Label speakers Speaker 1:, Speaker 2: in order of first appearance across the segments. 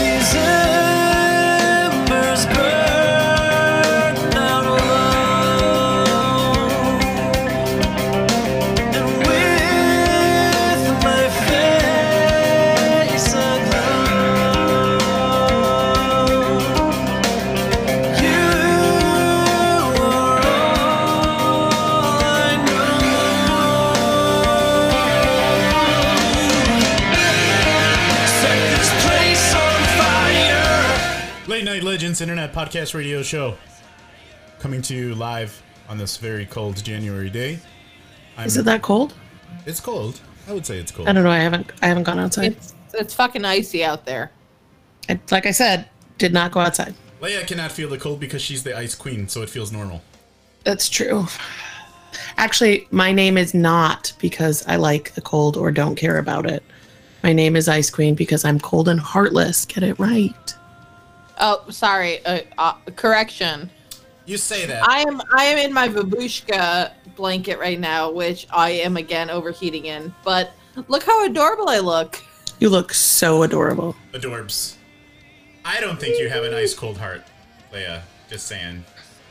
Speaker 1: These embers burn out alone, and with my face aglow, you are all I know. Set this place on fire.
Speaker 2: Late Night Legends Internet Podcast Radio Show coming to you live on this very cold January day. I'm,
Speaker 3: Is it that cold?
Speaker 2: It's cold. I would say it's cold.
Speaker 3: I don't know. I haven't. I haven't gone outside.
Speaker 4: It's it's fucking icy out there.
Speaker 3: I, like I said, did not go outside.
Speaker 2: Leia cannot feel the cold because she's the ice queen, so it feels normal.
Speaker 3: That's true. Actually, my name is not because I like the cold or don't care about it. My name is Ice Queen because I'm cold and heartless. Get it right.
Speaker 4: Oh, sorry. Uh, uh, correction.
Speaker 2: You say that.
Speaker 4: I am I am in my babushka blanket right now, which I am again overheating in. But look how adorable I look.
Speaker 3: You look so adorable.
Speaker 2: Adorbs. I don't think you have an ice cold heart, Leia. Just saying.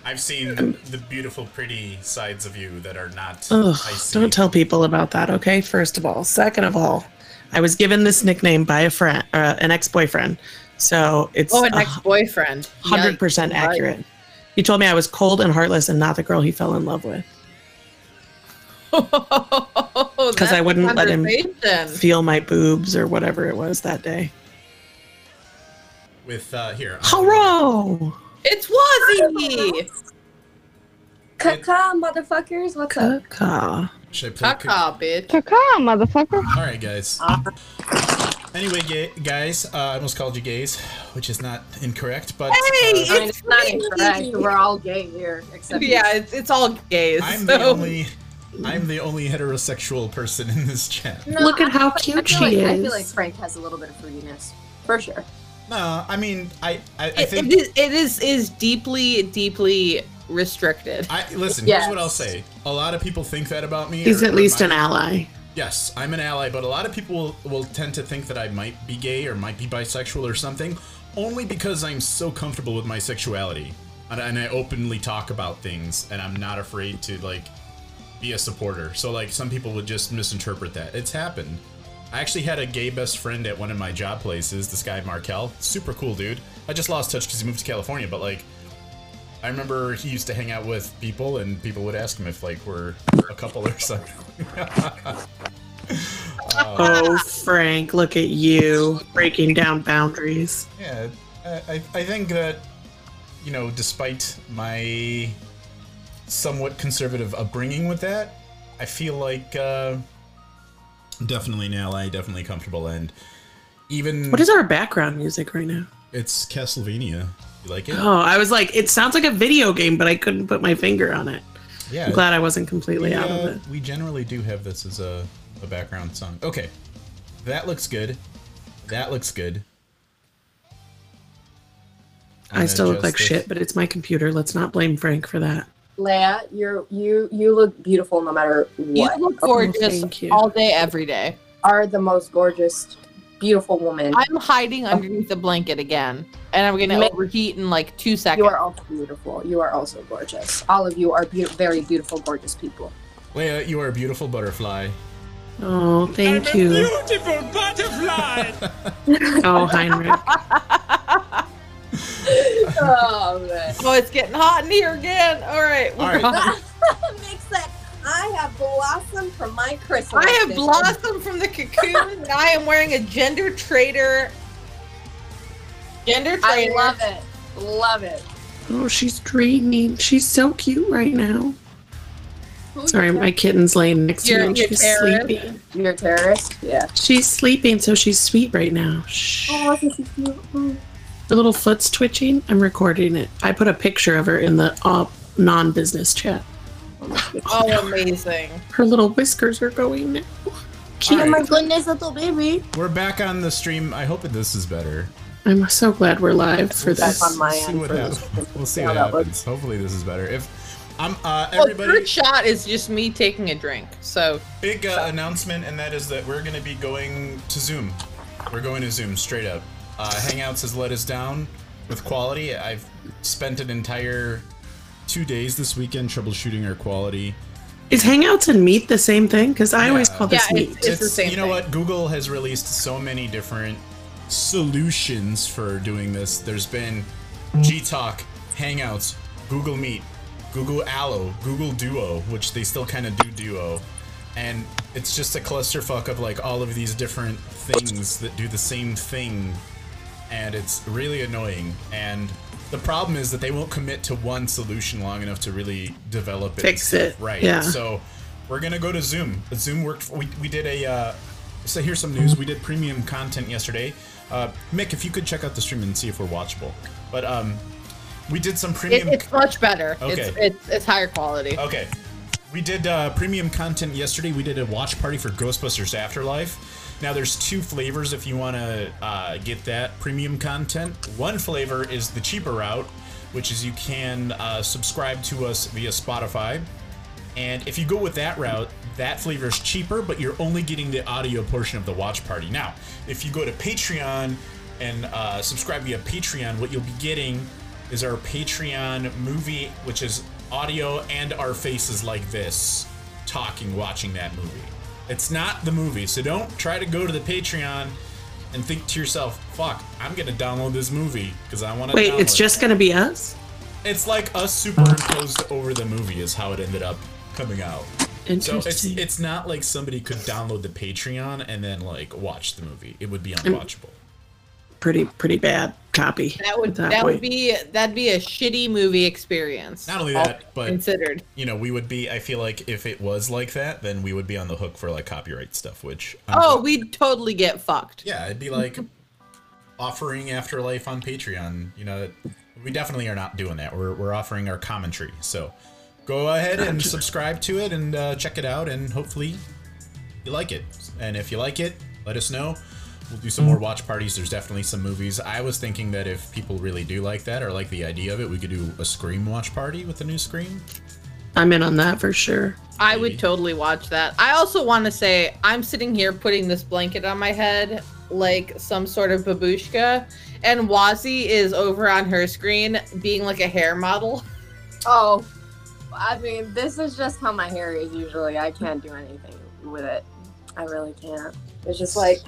Speaker 2: I've seen the beautiful, pretty sides of you that are not
Speaker 3: Um, Ugh,
Speaker 2: icy.
Speaker 3: don't tell people about that, okay? First of all, second of all, I was given this nickname by a friend, uh, an ex-boyfriend. So it's
Speaker 4: Oh, an
Speaker 3: a
Speaker 4: ex-boyfriend.
Speaker 3: hundred percent
Speaker 4: Yikes. Right.
Speaker 3: accurate. He told me I was cold and heartless and not the girl he fell in love with.
Speaker 4: Because
Speaker 3: I wouldn't let him- Feel my boobs or whatever it was that day.
Speaker 2: With uh, here. I'm-
Speaker 3: Hello,
Speaker 4: It's Wazzy.
Speaker 5: Caca, motherfuckers. What's up?
Speaker 3: Kaka.
Speaker 2: Should I play?
Speaker 4: Cock off, bitch.
Speaker 6: Caca, motherfucker.
Speaker 2: All right, guys. Anyway, ga- guys, uh, I almost called you gays, which is not incorrect, but
Speaker 4: Hey,
Speaker 2: uh,
Speaker 5: I mean, it's not
Speaker 4: me.
Speaker 5: incorrect. We're all gay here, except you.
Speaker 4: Yeah, it's, it's all gays.
Speaker 2: I'm
Speaker 4: so.
Speaker 2: the only I'm the only heterosexual person in this chat.
Speaker 5: No,
Speaker 3: Look at how
Speaker 5: I feel
Speaker 3: cute
Speaker 5: like,
Speaker 3: she
Speaker 5: I
Speaker 3: is.
Speaker 5: feel like Frank has a little bit of fruitiness, for sure.
Speaker 2: No, I mean, I I, I
Speaker 4: It-
Speaker 2: think
Speaker 4: it is it is is deeply deeply restricted.
Speaker 2: I listen. Here's what I'll say: a lot of people think that about me.
Speaker 3: He's
Speaker 2: or-
Speaker 3: at
Speaker 2: or
Speaker 3: least
Speaker 2: my-
Speaker 3: an ally.
Speaker 2: Yes, I'm an ally, but a lot of people will, will tend to think that I might be gay or might be bisexual or something, only because I'm so comfortable with my sexuality and, and I openly talk about things and I'm not afraid to like be a supporter. So like some people would just misinterpret that. It's happened. I actually had a gay best friend at one of my job places. This guy Markel, super cool dude. I just lost touch because he moved to California, but like I remember he used to hang out with people, and people would ask him if like we're a couple or something.
Speaker 3: Oh, Frank, look at you breaking down boundaries.
Speaker 2: Yeah, I, I- I think that, you know, despite my somewhat conservative upbringing with that, I feel like uh, definitely an ally, definitely comfortable, and even
Speaker 3: What is our background music right now?
Speaker 2: it's Castlevania. You like it?
Speaker 3: Oh, I was like, it sounds like a video game, but I couldn't put my finger on it.
Speaker 2: yeah.
Speaker 3: I'm glad I wasn't
Speaker 2: we,
Speaker 3: completely out
Speaker 2: uh,
Speaker 3: of it.
Speaker 2: we generally do have this as a, a background song. Okay, that looks good. That looks good. I'm
Speaker 3: I
Speaker 2: gonna
Speaker 3: still look like
Speaker 2: adjust this.
Speaker 3: shit, but it's my computer. Let's not blame Frank for that.
Speaker 5: Leia, you're you you look beautiful no matter
Speaker 4: You
Speaker 5: what.
Speaker 4: look gorgeous
Speaker 3: Oh, thank you.
Speaker 4: all day, every day.
Speaker 5: Are the most gorgeous, beautiful woman.
Speaker 4: I'm hiding underneath the blanket again, and I'm gonna
Speaker 5: Ma-
Speaker 4: overheat in like two
Speaker 5: you
Speaker 4: seconds.
Speaker 5: are also beautiful. You are also gorgeous. All of you are beau- very beautiful, gorgeous people.
Speaker 2: Leia, you are a beautiful butterfly.
Speaker 3: Oh, thank you.
Speaker 1: Beautiful butterfly.
Speaker 3: Oh, Heinrich.
Speaker 5: oh man,
Speaker 4: Oh, it's getting hot in here again. All right,
Speaker 2: All right.
Speaker 5: makes that I have blossomed from my Christmas.
Speaker 4: I have blossomed from the cocoon, and I am wearing a gender traitor. Gender
Speaker 5: I
Speaker 4: traitor.
Speaker 5: love it. Love it.
Speaker 3: Oh, she's dreaming. She's so cute right now. Sorry, my kitten's laying next to
Speaker 4: You're-
Speaker 3: me. and
Speaker 4: you're
Speaker 3: She's
Speaker 4: terrorist.
Speaker 3: sleeping.
Speaker 5: You're a terrorist? Yeah.
Speaker 3: She's sleeping, so she's sweet right now. Shh.
Speaker 4: Oh,
Speaker 3: Her little foot's twitching. I'm recording it. I put a picture of her in the uh, non-business chat.
Speaker 4: Oh, amazing.
Speaker 3: Her little whiskers are going now. Cute.
Speaker 2: All
Speaker 7: Oh my
Speaker 2: right,
Speaker 7: goodness, little baby.
Speaker 2: we're back on the stream. I hope that this is better.
Speaker 3: I'm so glad we're live for
Speaker 5: That's
Speaker 3: this.
Speaker 5: on my
Speaker 2: see
Speaker 5: end
Speaker 2: what
Speaker 5: for
Speaker 2: hap-
Speaker 5: this.
Speaker 2: We'll see
Speaker 5: How
Speaker 2: what
Speaker 5: that
Speaker 2: happens.
Speaker 5: looks. Oh,
Speaker 2: Hopefully, this is better. If I'm uh,
Speaker 4: Well,
Speaker 2: everybody,
Speaker 4: third shot is just me taking a drink. So
Speaker 2: big uh, announcement, and that is that we're going to be going to Zoom. We're going to Zoom straight up. Uh, Hangouts has let us down with quality. I've spent an entire two days this weekend troubleshooting our quality.
Speaker 3: Is Hangouts and Meet the same thing? Because I always
Speaker 2: Yeah.
Speaker 3: call this
Speaker 4: Yeah,
Speaker 3: Meet.
Speaker 4: it's- the same
Speaker 2: You know
Speaker 4: thing.
Speaker 2: what? Google has released so many different solutions for doing this. There's been Gtalk, Hangouts, Google Meet, Google Allo, Google Duo, which they still kind of do Duo, and it's just a clusterfuck of like all of these different things that do the same thing, and it's really annoying. And the problem is that they won't commit to one solution long enough to really develop it, and
Speaker 3: Fix
Speaker 2: stuff
Speaker 3: it,
Speaker 2: right.
Speaker 3: yeah.
Speaker 2: So we're gonna go to Zoom. Zoom worked. We we did a. Uh, so here's some news. We did premium content yesterday. Uh, Mick, if you could check out the stream and see if we're watchable. But um, we did some
Speaker 4: it,
Speaker 2: premium.
Speaker 4: it's much better. It's,
Speaker 2: Okay.
Speaker 4: it's it's higher quality.
Speaker 2: Okay. We did uh, premium content yesterday. We did a watch party for Ghostbusters Afterlife. Now there's two flavors if you want to uh, get that premium content. One flavor is the cheaper route, which is you can uh, subscribe to us via Spotify. And if you go with that route, that flavor is cheaper, but you're only getting the audio portion of the watch party. Now, if you go to Patreon and uh, subscribe via Patreon, what you'll be getting is our Patreon movie, which is audio and our faces like this, talking, watching that movie. It's not the movie, so don't try to go to the Patreon and think to yourself, "Fuck, I'm gonna download this movie because I want to."
Speaker 3: Wait, it's just gonna be us?
Speaker 2: it's like us superimposed over the movie is how it ended up coming out. So it's
Speaker 3: Interesting.
Speaker 2: it's not like somebody could download the Patreon and then like watch the movie. It would be unwatchable.
Speaker 3: pretty pretty bad copy.
Speaker 4: That would
Speaker 3: at that
Speaker 4: that would
Speaker 3: point.
Speaker 4: be that'd be a shitty movie experience.
Speaker 2: Not only
Speaker 4: all
Speaker 2: that, but
Speaker 4: considered.
Speaker 2: you know, we would be I feel like if it was like that, then we would be on the hook for like copyright stuff, which I'm
Speaker 4: Oh,
Speaker 2: just-
Speaker 4: we'd totally get fucked.
Speaker 2: yeah, it'd be like offering afterlife on Patreon. You know, we definitely are not doing that. We're we're offering our commentary. So go ahead and subscribe to it and uh, check it out, and hopefully you like it. And if you like it, let us know. We'll do some more watch parties. There's definitely some movies. I was thinking that if people really do like that or like the idea of it, we could do a Scream watch party with the new Scream.
Speaker 3: I'm in on that for sure.
Speaker 4: I
Speaker 2: Maybe.
Speaker 4: would totally watch that. I also want to say I'm sitting here putting this blanket on my head like some sort of babushka, and Wazi is over on her screen being like a hair model.
Speaker 5: Oh, I mean, this is just how my hair is usually. I can't do anything with it. I really can't. It's just like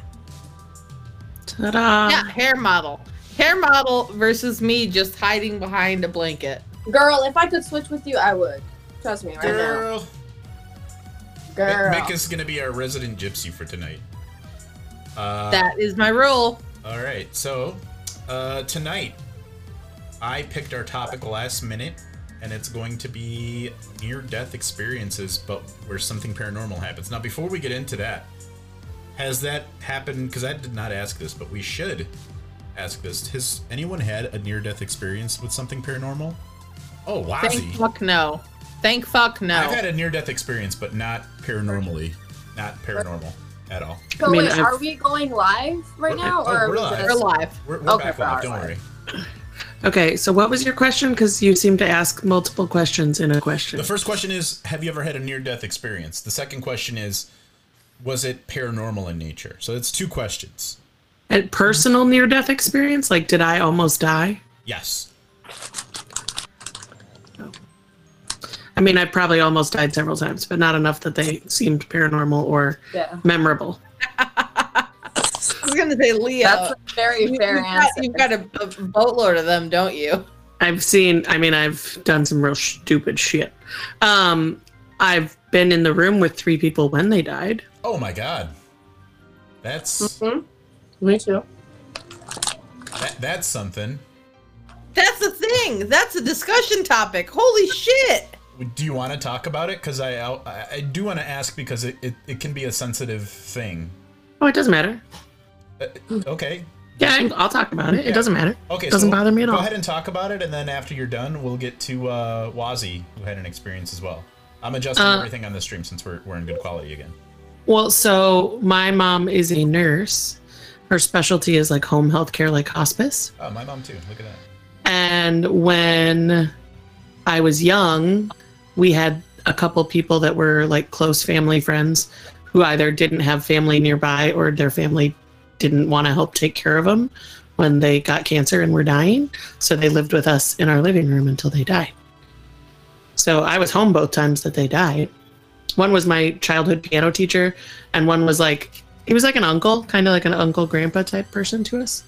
Speaker 3: Ta-da!
Speaker 4: yeah, hair model. Hair model versus me just hiding behind a blanket.
Speaker 5: Girl, if I could switch with you, I would. Trust me right
Speaker 2: Girl,
Speaker 5: now.
Speaker 2: Mi-
Speaker 5: Girl.
Speaker 2: Mick is gonna be our resident gypsy for tonight. Uh,
Speaker 4: that is my rule.
Speaker 2: All right, so uh, tonight I picked our topic last minute, and it's going to be near-death experiences, but where something paranormal happens. Now, before we get into that, has that happened? Because I did not ask this, but we should ask this. Has anyone had a near-death experience with something paranormal? Oh,
Speaker 4: Thank
Speaker 2: Wazzy.
Speaker 4: fuck no. Thank fuck no.
Speaker 2: I've had a near-death experience, but not paranormally, not paranormal at all.
Speaker 5: so
Speaker 3: I mean,
Speaker 5: wait,
Speaker 3: I've-
Speaker 5: are we going live right
Speaker 2: We're-
Speaker 5: now,
Speaker 2: oh,
Speaker 5: or
Speaker 2: we're
Speaker 5: are
Speaker 2: live.
Speaker 5: we
Speaker 4: We're
Speaker 5: just?
Speaker 4: live.
Speaker 2: We're, we're
Speaker 5: Okay,
Speaker 2: back
Speaker 5: for
Speaker 2: live.
Speaker 5: our
Speaker 2: Don't
Speaker 5: live.
Speaker 2: worry.
Speaker 3: Okay, so what was your question? Because you seem to ask multiple questions in a question.
Speaker 2: The first question is Have you ever had a near death experience? The second question is Was it paranormal in nature? So it's two questions.
Speaker 3: A personal near-death experience, like did I almost die?
Speaker 2: Yes.
Speaker 3: I mean, I probably almost died several times, but not enough that they seemed paranormal or
Speaker 5: Yeah.
Speaker 3: memorable.
Speaker 4: I was gonna say Leo.
Speaker 5: That's a very
Speaker 4: you-
Speaker 5: fair
Speaker 4: you've got-
Speaker 5: answer.
Speaker 4: You've got a, a boatload of them, don't you?
Speaker 3: I've seen. I mean, I've done some real stupid shit. Um, I've been in the room with three people when they died.
Speaker 2: Oh my God. That's
Speaker 3: Mm-hmm. Me too.
Speaker 2: that, that's something.
Speaker 4: That's the thing. That's a discussion topic. Holy shit.
Speaker 8: Do you want to talk about it? Because I, I I do want to ask because it, it, it can be a sensitive thing.
Speaker 3: Oh, it doesn't matter.
Speaker 8: Uh, okay.
Speaker 3: Yeah, I- I'll talk about it.
Speaker 8: Yeah.
Speaker 3: It doesn't matter.
Speaker 8: Okay.
Speaker 3: Doesn't
Speaker 8: so
Speaker 3: bother me at
Speaker 8: go
Speaker 3: all.
Speaker 8: Go ahead and talk about it, and then after you're done, we'll get to uh, Wazi, who had an experience as well. I'm adjusting
Speaker 3: Uh,
Speaker 8: everything on the stream since we're, we're in good quality again.
Speaker 3: Well, so my mom is a nurse. Her specialty is like home health care, like hospice.
Speaker 8: Oh, my mom too. Look at that.
Speaker 3: And when I was young, we had a couple people that were like close family friends who either didn't have family nearby or their family didn't want to help take care of them when they got cancer and were dying. So they lived with us in our living room until they died. So I was home both times that they died. One was my childhood piano teacher, and one was like, he was like an uncle, kind of like an uncle grandpa type person to us.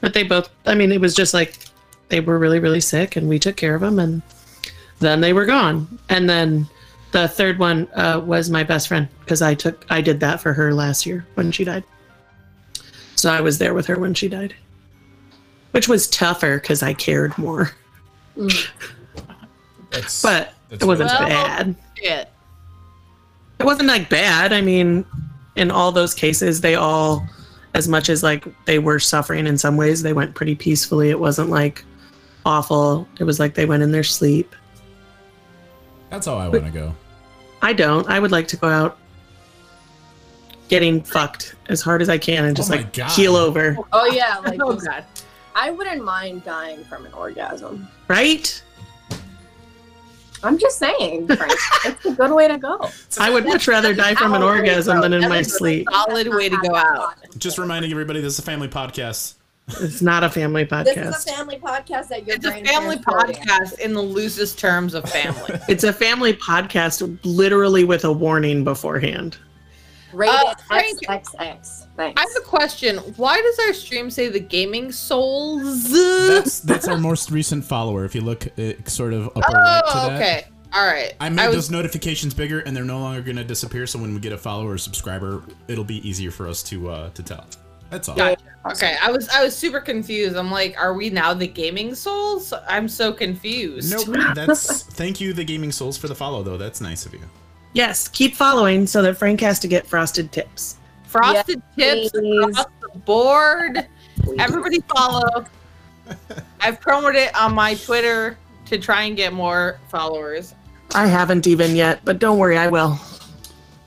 Speaker 3: But they both, I mean, it was just like they were really, really sick and we took care of them and then they were gone. And then the third one uh, was my best friend because I took, I did that for her last year when she died. So I was there with her when she died, which was tougher because I cared more,
Speaker 8: That's,
Speaker 3: but
Speaker 8: that's
Speaker 3: it wasn't
Speaker 4: Well-
Speaker 3: bad.
Speaker 4: Shit.
Speaker 3: It wasn't like bad. I mean, in all those cases, they all, as much as like they were suffering in some ways, they went pretty peacefully. It wasn't like awful. It was like they went in their sleep.
Speaker 8: that's how I want to go.
Speaker 3: I don't. I would like to go out getting fucked as hard as I can and just
Speaker 8: Oh my
Speaker 3: like
Speaker 8: God.
Speaker 3: keel over,
Speaker 5: Oh yeah, like
Speaker 4: Oh
Speaker 5: just-
Speaker 4: god.
Speaker 5: I wouldn't mind dying from an orgasm.
Speaker 3: right?
Speaker 5: I'm just saying, Frank. it's a good way to go.
Speaker 3: I would much rather die from an
Speaker 4: Solid way to
Speaker 3: orgasm
Speaker 4: go.
Speaker 3: than in
Speaker 4: That
Speaker 3: my
Speaker 4: is a
Speaker 3: sleep.
Speaker 4: Solid way to go out.
Speaker 2: Just reminding everybody this is a family podcast.
Speaker 3: It's not a family
Speaker 5: This is
Speaker 3: podcast.
Speaker 5: a family podcast that your
Speaker 4: It's a
Speaker 5: brain
Speaker 4: family
Speaker 5: transferred in.
Speaker 4: podcast in the loosest terms of family.
Speaker 3: It's a family podcast, literally with a warning beforehand.
Speaker 5: Rated
Speaker 4: Uh, Frank-
Speaker 5: XXX.
Speaker 4: I
Speaker 5: Thanks.
Speaker 4: have a question. Why does our stream say the gaming souls?
Speaker 2: That's that's our most recent follower. If you look uh, sort of upper right to
Speaker 4: oh,
Speaker 2: that.
Speaker 4: okay. All right.
Speaker 2: I made
Speaker 4: was-
Speaker 2: those notifications bigger, and they're no longer going to disappear. So when we get a follower or subscriber, it'll be easier for us to uh, to tell. That's all.
Speaker 4: Gotcha. Okay, I was I was super confused. I'm like, are we now the gaming souls? I'm so confused.
Speaker 2: Nope. That's thank you, the Gaming Souls, for the follow though. That's nice of you.
Speaker 3: Yes, keep following so that Frank has to get frosted tips.
Speaker 4: Frosted tips
Speaker 5: please.
Speaker 4: across the board. Everybody follow. I've promoted it on my Twitter to try and get more followers.
Speaker 3: I haven't even yet, but don't worry, I will.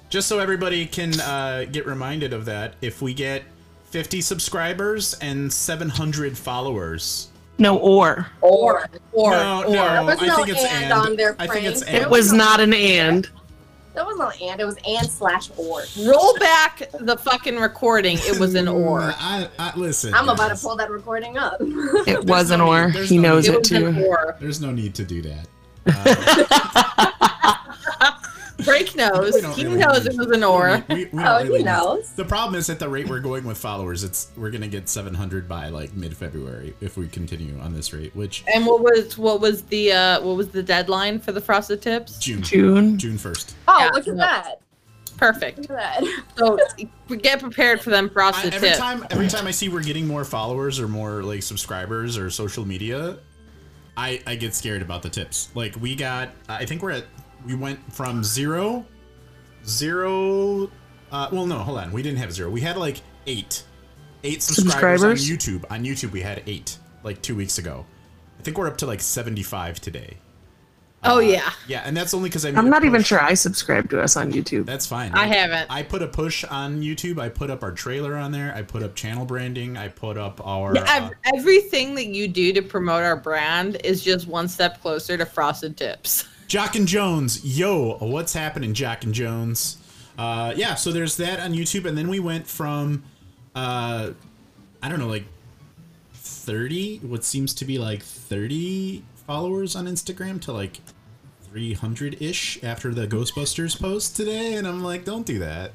Speaker 2: Just so everybody can uh, get reminded of that, if we get 50 subscribers and 700 followers,
Speaker 3: No, or.
Speaker 5: Or
Speaker 4: Or
Speaker 2: No, no.
Speaker 4: or
Speaker 5: there was
Speaker 2: I
Speaker 5: no
Speaker 2: think it's
Speaker 5: and,
Speaker 2: and.
Speaker 5: on there.
Speaker 2: I
Speaker 5: Frank.
Speaker 2: think it's
Speaker 5: There
Speaker 2: and.
Speaker 3: It was not an and.
Speaker 5: There was no and. It was and slash or.
Speaker 4: roll back the fucking recording. It was
Speaker 2: Hmm.
Speaker 4: an or.
Speaker 2: Mm, I, I, listen,
Speaker 5: I'm about to
Speaker 2: guys,
Speaker 5: pull that recording up.
Speaker 3: It was an
Speaker 2: no
Speaker 3: or.
Speaker 2: need- there's
Speaker 3: He
Speaker 2: no
Speaker 3: knows
Speaker 2: need.
Speaker 4: It
Speaker 3: it
Speaker 4: was an
Speaker 3: too.
Speaker 4: or.
Speaker 2: There's no need to do that. Uh,
Speaker 4: Break knows.
Speaker 2: we don't
Speaker 4: He
Speaker 2: really
Speaker 4: knows
Speaker 2: need-
Speaker 4: it was an or.
Speaker 2: We, we, we
Speaker 5: Oh,
Speaker 2: don't really
Speaker 5: he
Speaker 2: need-
Speaker 5: knows.
Speaker 2: The problem is at the rate we're going with followers, it's we're gonna get 700 by like mid-February if we continue on this rate, which
Speaker 4: And what was what was the uh what was the deadline for the frosted tips?
Speaker 2: June
Speaker 3: June.
Speaker 2: June 1st.
Speaker 5: Oh,
Speaker 4: Yeah,
Speaker 5: look at
Speaker 4: no.
Speaker 5: that.
Speaker 4: Perfect.
Speaker 5: Look at that.
Speaker 4: So get prepared for them
Speaker 2: I,
Speaker 4: frosted
Speaker 2: every
Speaker 4: tips.
Speaker 2: time, every time I see we're getting more followers or more like subscribers or social media, I I get scared about the tips. Like we got, I think we're at, we went from zero, zero. Uh, well, no, hold on, we didn't have zero. We had like eight, eight subscribers,
Speaker 3: Subscribers?
Speaker 2: on YouTube. On YouTube, we had eight like two weeks ago. I think we're up to like seventy-five today.
Speaker 4: Oh yeah.
Speaker 2: Yeah, and that's only because I. made
Speaker 3: I'm
Speaker 2: a
Speaker 3: not even
Speaker 2: push.
Speaker 3: sure I subscribe to us on YouTube.
Speaker 2: That's fine.
Speaker 4: I haven't.
Speaker 2: I put a push on YouTube. I put up our trailer on there. I put up channel branding. I put up our. uh,
Speaker 4: Ev- everything that you do to promote our brand is just one step closer to frosted tips.
Speaker 2: Jock and Jones, yo, what's happening, Jock and Jones? Uh, yeah, so there's that on YouTube, and then we went from, uh, I don't know, like thirty, what seems to be like thirty followers on Instagram to like three hundred ish after the Ghostbusters post today, and I'm like, don't do that.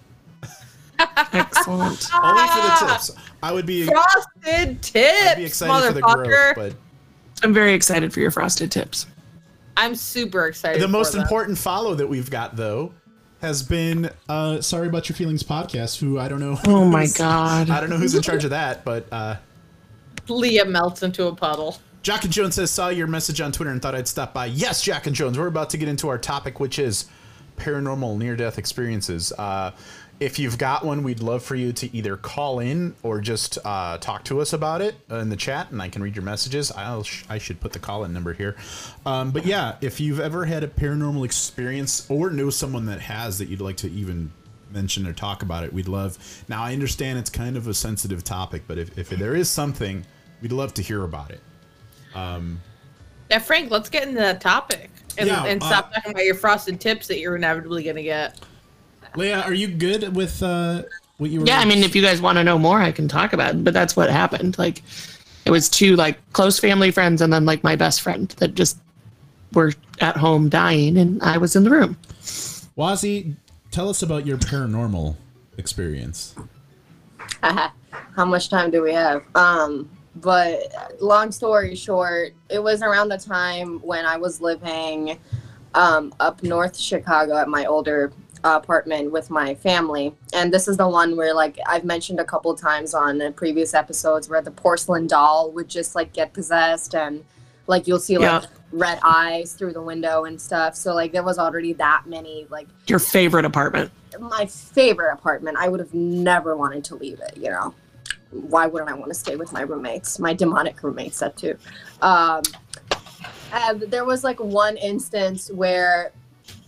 Speaker 3: Excellent.
Speaker 2: Only for the tips. I would be,
Speaker 4: Frosted
Speaker 2: I'd be
Speaker 4: Ah! tips,
Speaker 2: excited for the growth,
Speaker 4: motherfucker!
Speaker 2: but
Speaker 3: I'm very excited for your frosted tips.
Speaker 4: I'm super excited.
Speaker 2: the most
Speaker 4: for them.
Speaker 2: important follow that we've got though has been uh, sorry about your feelings podcast who i don't know
Speaker 3: Oh my
Speaker 2: who's-
Speaker 3: God.
Speaker 2: i don't know who's in charge of that but uh,
Speaker 4: Leah melts into a puddle.
Speaker 2: Jack and Jones says, saw your message on Twitter and thought I'd stop by. Yes, Jack and Jones, we're about to get into our topic, which is paranormal near death experiences. Uh, if you've got one, we'd love for you to either call in or just uh, talk to us about it in the chat, and I can read your messages. I'll sh- I should put the call in number here. Um, but yeah, if you've ever had a paranormal experience or know someone that has that you'd like to even mention or talk about it, we'd love. Now, I understand it's kind of a sensitive topic, but if, if there is something, we'd love to hear about it.
Speaker 4: Now, Frank, let's get into that topic and,
Speaker 2: Yeah,
Speaker 4: and
Speaker 2: uh,
Speaker 4: stop talking about your frosted tips that you're inevitably gonna get.
Speaker 2: Leah, are you good with uh, what you were?
Speaker 3: Yeah, I mean, if you guys want to know more, I can talk about it. But that's what happened. Like, it was two like close family friends, and then like my best friend that just were at home dying, and I was in the room.
Speaker 2: Wazi, tell us about your paranormal experience.
Speaker 5: how much time do we have? Um, but long story short, it was around the time when I was living um, up north Chicago at my older apartment with my family, and this is the one where like I've mentioned a couple times on uh, previous episodes where the porcelain doll would just like get possessed and like you'll see like
Speaker 3: Yeah.
Speaker 5: red eyes through the window and stuff. So like there was already that many like
Speaker 3: Your favorite apartment.
Speaker 5: my favorite apartment. I would have never wanted to leave it, you know. Why wouldn't I want to stay with my roommates, my demonic roommates, that too? Um, and there was like one instance where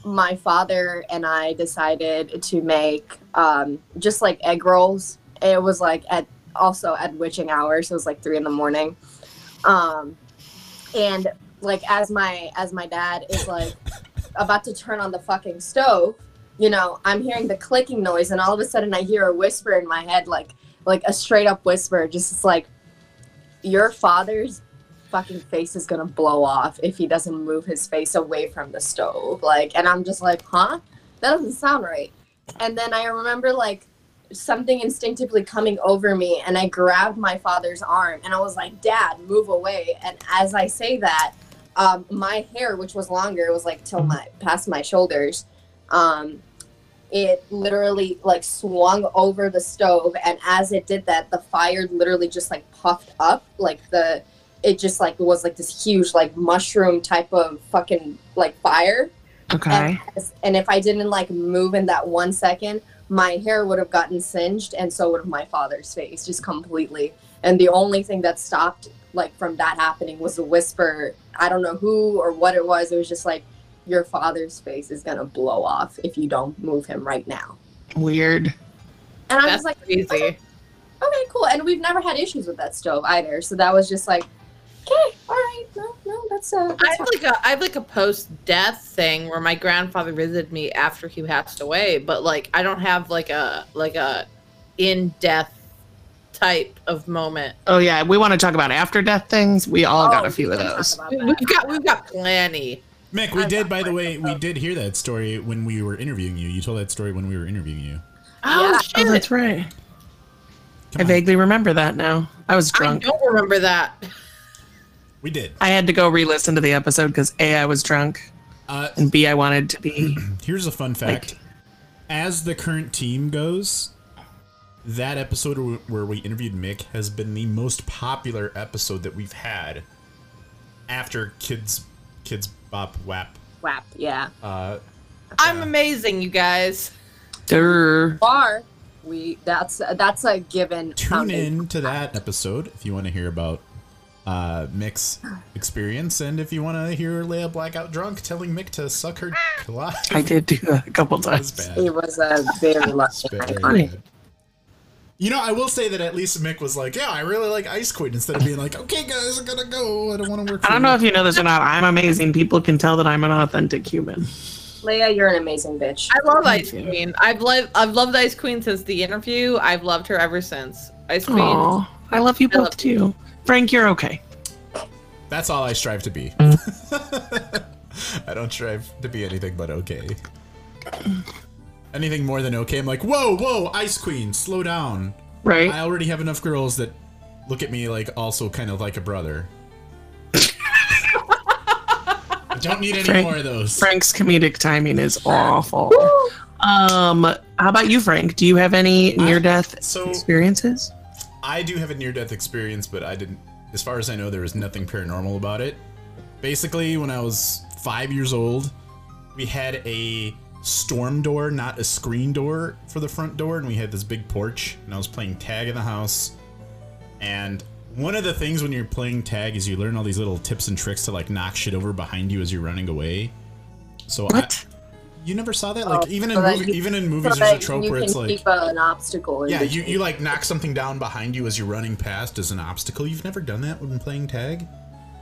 Speaker 5: my father and I decided to make um, just like egg rolls. It was like at also at witching hours. it was like three in the morning. Um, and like as my as my dad is like about to turn on the fucking stove, you know, I'm hearing the clicking noise, and all of a sudden I hear a whisper in my head, like like a straight up whisper, just it's like, your father's fucking face is gonna blow off if he doesn't move his face away from the stove, like, and I'm just like, huh, that doesn't sound right. And then I remember like something instinctively coming over me, and I grabbed my father's arm, and I was like, Dad, move away. And as I say that. Um, my hair, which was longer, it was like till my past my shoulders. Um, it literally like swung over the stove and as it did that the fire literally just like puffed up like the it just like was like this huge like mushroom type of fucking like fire
Speaker 3: Okay.
Speaker 5: and, and if I didn't like move in that one second, my hair would have gotten singed, and so would my father's face, just completely. And the only thing that stopped like from that happening was the whisper. I don't know who or what it was. It was just like, your father's face is gonna blow off if you don't move him right now.
Speaker 3: Weird.
Speaker 5: And I
Speaker 4: That's
Speaker 5: was like,
Speaker 4: crazy.
Speaker 5: okay, cool. And we've never had issues with that stove either. So that was just like, okay, all right, no, no, that's uh,
Speaker 4: I
Speaker 5: that's
Speaker 4: have like a I have like a post death thing where my grandfather visited me after he passed away, but like I don't have like a like a in death type of moment.
Speaker 3: Oh yeah, we want to talk about after death things. We all got
Speaker 5: Oh,
Speaker 3: a few of those.
Speaker 4: We've got we've got plenty.
Speaker 2: Mick, we did, by the way, we did hear that story when we were interviewing you. You told that story when we were interviewing you.
Speaker 4: Oh
Speaker 5: Yeah.
Speaker 3: Oh,
Speaker 4: shit!
Speaker 3: that's right.
Speaker 2: Come
Speaker 3: I
Speaker 2: on.
Speaker 3: vaguely remember that now. I was
Speaker 4: I
Speaker 3: drunk.
Speaker 4: don't remember that.
Speaker 2: We did.
Speaker 3: I had to go re-listen to the episode because a I was drunk
Speaker 2: Uh,
Speaker 3: and b I wanted to be
Speaker 2: Here's a fun fact.
Speaker 3: Like-
Speaker 2: As the current team goes, that episode wh- where we interviewed Mick has been the most popular episode that we've had after Kids Kids Bop Wap.
Speaker 5: whap, yeah.
Speaker 2: Uh,
Speaker 4: I'm amazing, you guys.
Speaker 3: Durr.
Speaker 5: bar we that's that's a given
Speaker 2: tune
Speaker 5: foundation.
Speaker 2: in to that episode if you want to hear about uh, Mick's experience and if you want to hear Leia blackout drunk telling Mick to suck her clock.
Speaker 3: I did do that a couple
Speaker 2: That was
Speaker 3: times.
Speaker 2: bad.
Speaker 5: it was a very lucky
Speaker 2: Very
Speaker 5: night.
Speaker 2: bad. You know, I will say that at least Mick was like, "Yeah, I really like Ice Queen," instead of being like, "Okay, guys, I'm gonna go. I don't want to work."
Speaker 3: I
Speaker 2: for
Speaker 3: don't
Speaker 2: you."
Speaker 3: know if you know this or not. I'm amazing. People can tell that I'm an authentic human.
Speaker 5: leia you're an amazing bitch
Speaker 4: I love Ice
Speaker 3: you.
Speaker 4: Queen. I've loved I've loved Ice Queen since the interview. I've loved her ever since. Ice Queen.
Speaker 3: Aw, I love you
Speaker 4: I
Speaker 3: both
Speaker 4: love
Speaker 3: too. Frank, you're okay.
Speaker 2: That's all I strive to be. I don't strive to be anything but okay. Anything more than okay, I'm like, "Whoa, whoa, Ice Queen, slow down."
Speaker 3: Right?
Speaker 2: I already have enough girls that look at me like also kind of like a brother. I don't need any
Speaker 3: Frank-
Speaker 2: more of those.
Speaker 3: Frank's comedic timing is awful. Um, how about you, Frank? Do you have any near death
Speaker 2: so-
Speaker 3: experiences?
Speaker 2: I do have a near death experience, but I didn't As far as I know, there is nothing paranormal about it. Basically, when I was five years old, we had a storm door, not a screen door for the front door, and we had this big porch, and I was playing tag in the house. And one of the things when you're playing tag is you learn all these little tips and tricks to like knock shit over behind you as you're running away. So I-
Speaker 3: What?
Speaker 2: you never saw that? Like
Speaker 5: Oh,
Speaker 2: even
Speaker 5: so
Speaker 2: in
Speaker 5: that
Speaker 2: movie,
Speaker 5: you-
Speaker 2: even in
Speaker 5: So
Speaker 2: movies, there's a
Speaker 5: that
Speaker 2: trope
Speaker 5: you
Speaker 2: where
Speaker 5: can
Speaker 2: it's like
Speaker 5: keep an obstacle. in
Speaker 2: yeah, you,
Speaker 5: between.
Speaker 2: you like knock something down behind you as you're running past as an obstacle. You've never done that when playing tag?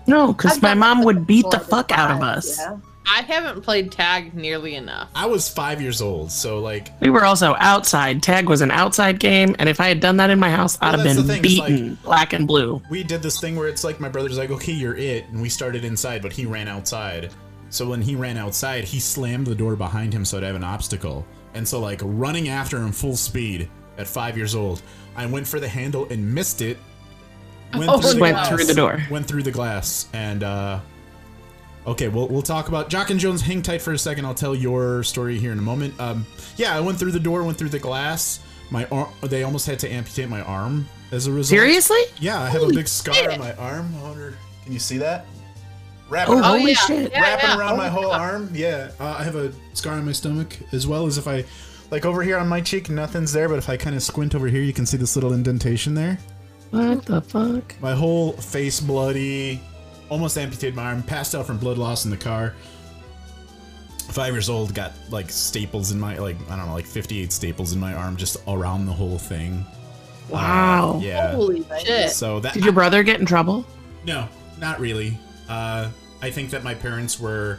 Speaker 3: No, because
Speaker 5: I've
Speaker 3: my
Speaker 5: done
Speaker 3: mom
Speaker 5: that
Speaker 3: would beat
Speaker 5: before
Speaker 3: the
Speaker 5: with
Speaker 3: fuck out of
Speaker 5: knives,
Speaker 3: us.
Speaker 5: yeah.
Speaker 4: I haven't played tag nearly enough.
Speaker 2: I was five years old, so like
Speaker 3: We were also outside. Tag was an outside game, and if I had done that in my house, I'd
Speaker 2: Well, that's
Speaker 3: have
Speaker 2: the
Speaker 3: been
Speaker 2: thing, it's
Speaker 3: beaten black and blue.
Speaker 2: we did this thing where it's like my brother's like, okay, you're it, and we started inside, but he ran outside. So when he ran outside, he slammed the door behind him so to have an obstacle. And so like running after him full speed at five years old, I went for the handle and missed it. Went,
Speaker 4: Oh,
Speaker 3: Just went through the door.
Speaker 2: Went through the glass and uh Okay, we'll, we'll talk about Jock and Jones. Hang tight for a second. I'll tell your story here in a moment. Um, yeah, I went through the door, went through the glass. My arm, they almost had to amputate my arm as a result.
Speaker 3: Seriously?
Speaker 2: Yeah, I have a big scar on my arm. I wonder, can you see that? Wrapping,
Speaker 3: Oh,
Speaker 2: around,
Speaker 3: holy
Speaker 4: yeah.
Speaker 3: shit.
Speaker 4: Yeah,
Speaker 2: wrapping
Speaker 4: yeah.
Speaker 2: around
Speaker 4: Oh
Speaker 2: my whole arm. Yeah, uh, I have a scar on my stomach as well as if I, like over here on my cheek, nothing's there. But if I kind of squint over here, you can see this little indentation there.
Speaker 3: What the fuck?
Speaker 2: My whole face bloody, almost amputated my arm. Passed out from blood loss in the car. Five years old, got like staples in my like I don't know like 58 staples in my arm just around the whole thing. Uh,
Speaker 3: Wow.
Speaker 2: Yeah.
Speaker 4: Holy shit.
Speaker 2: so that
Speaker 3: Did your brother get in trouble?
Speaker 2: No, not really. Uh, I think that my parents were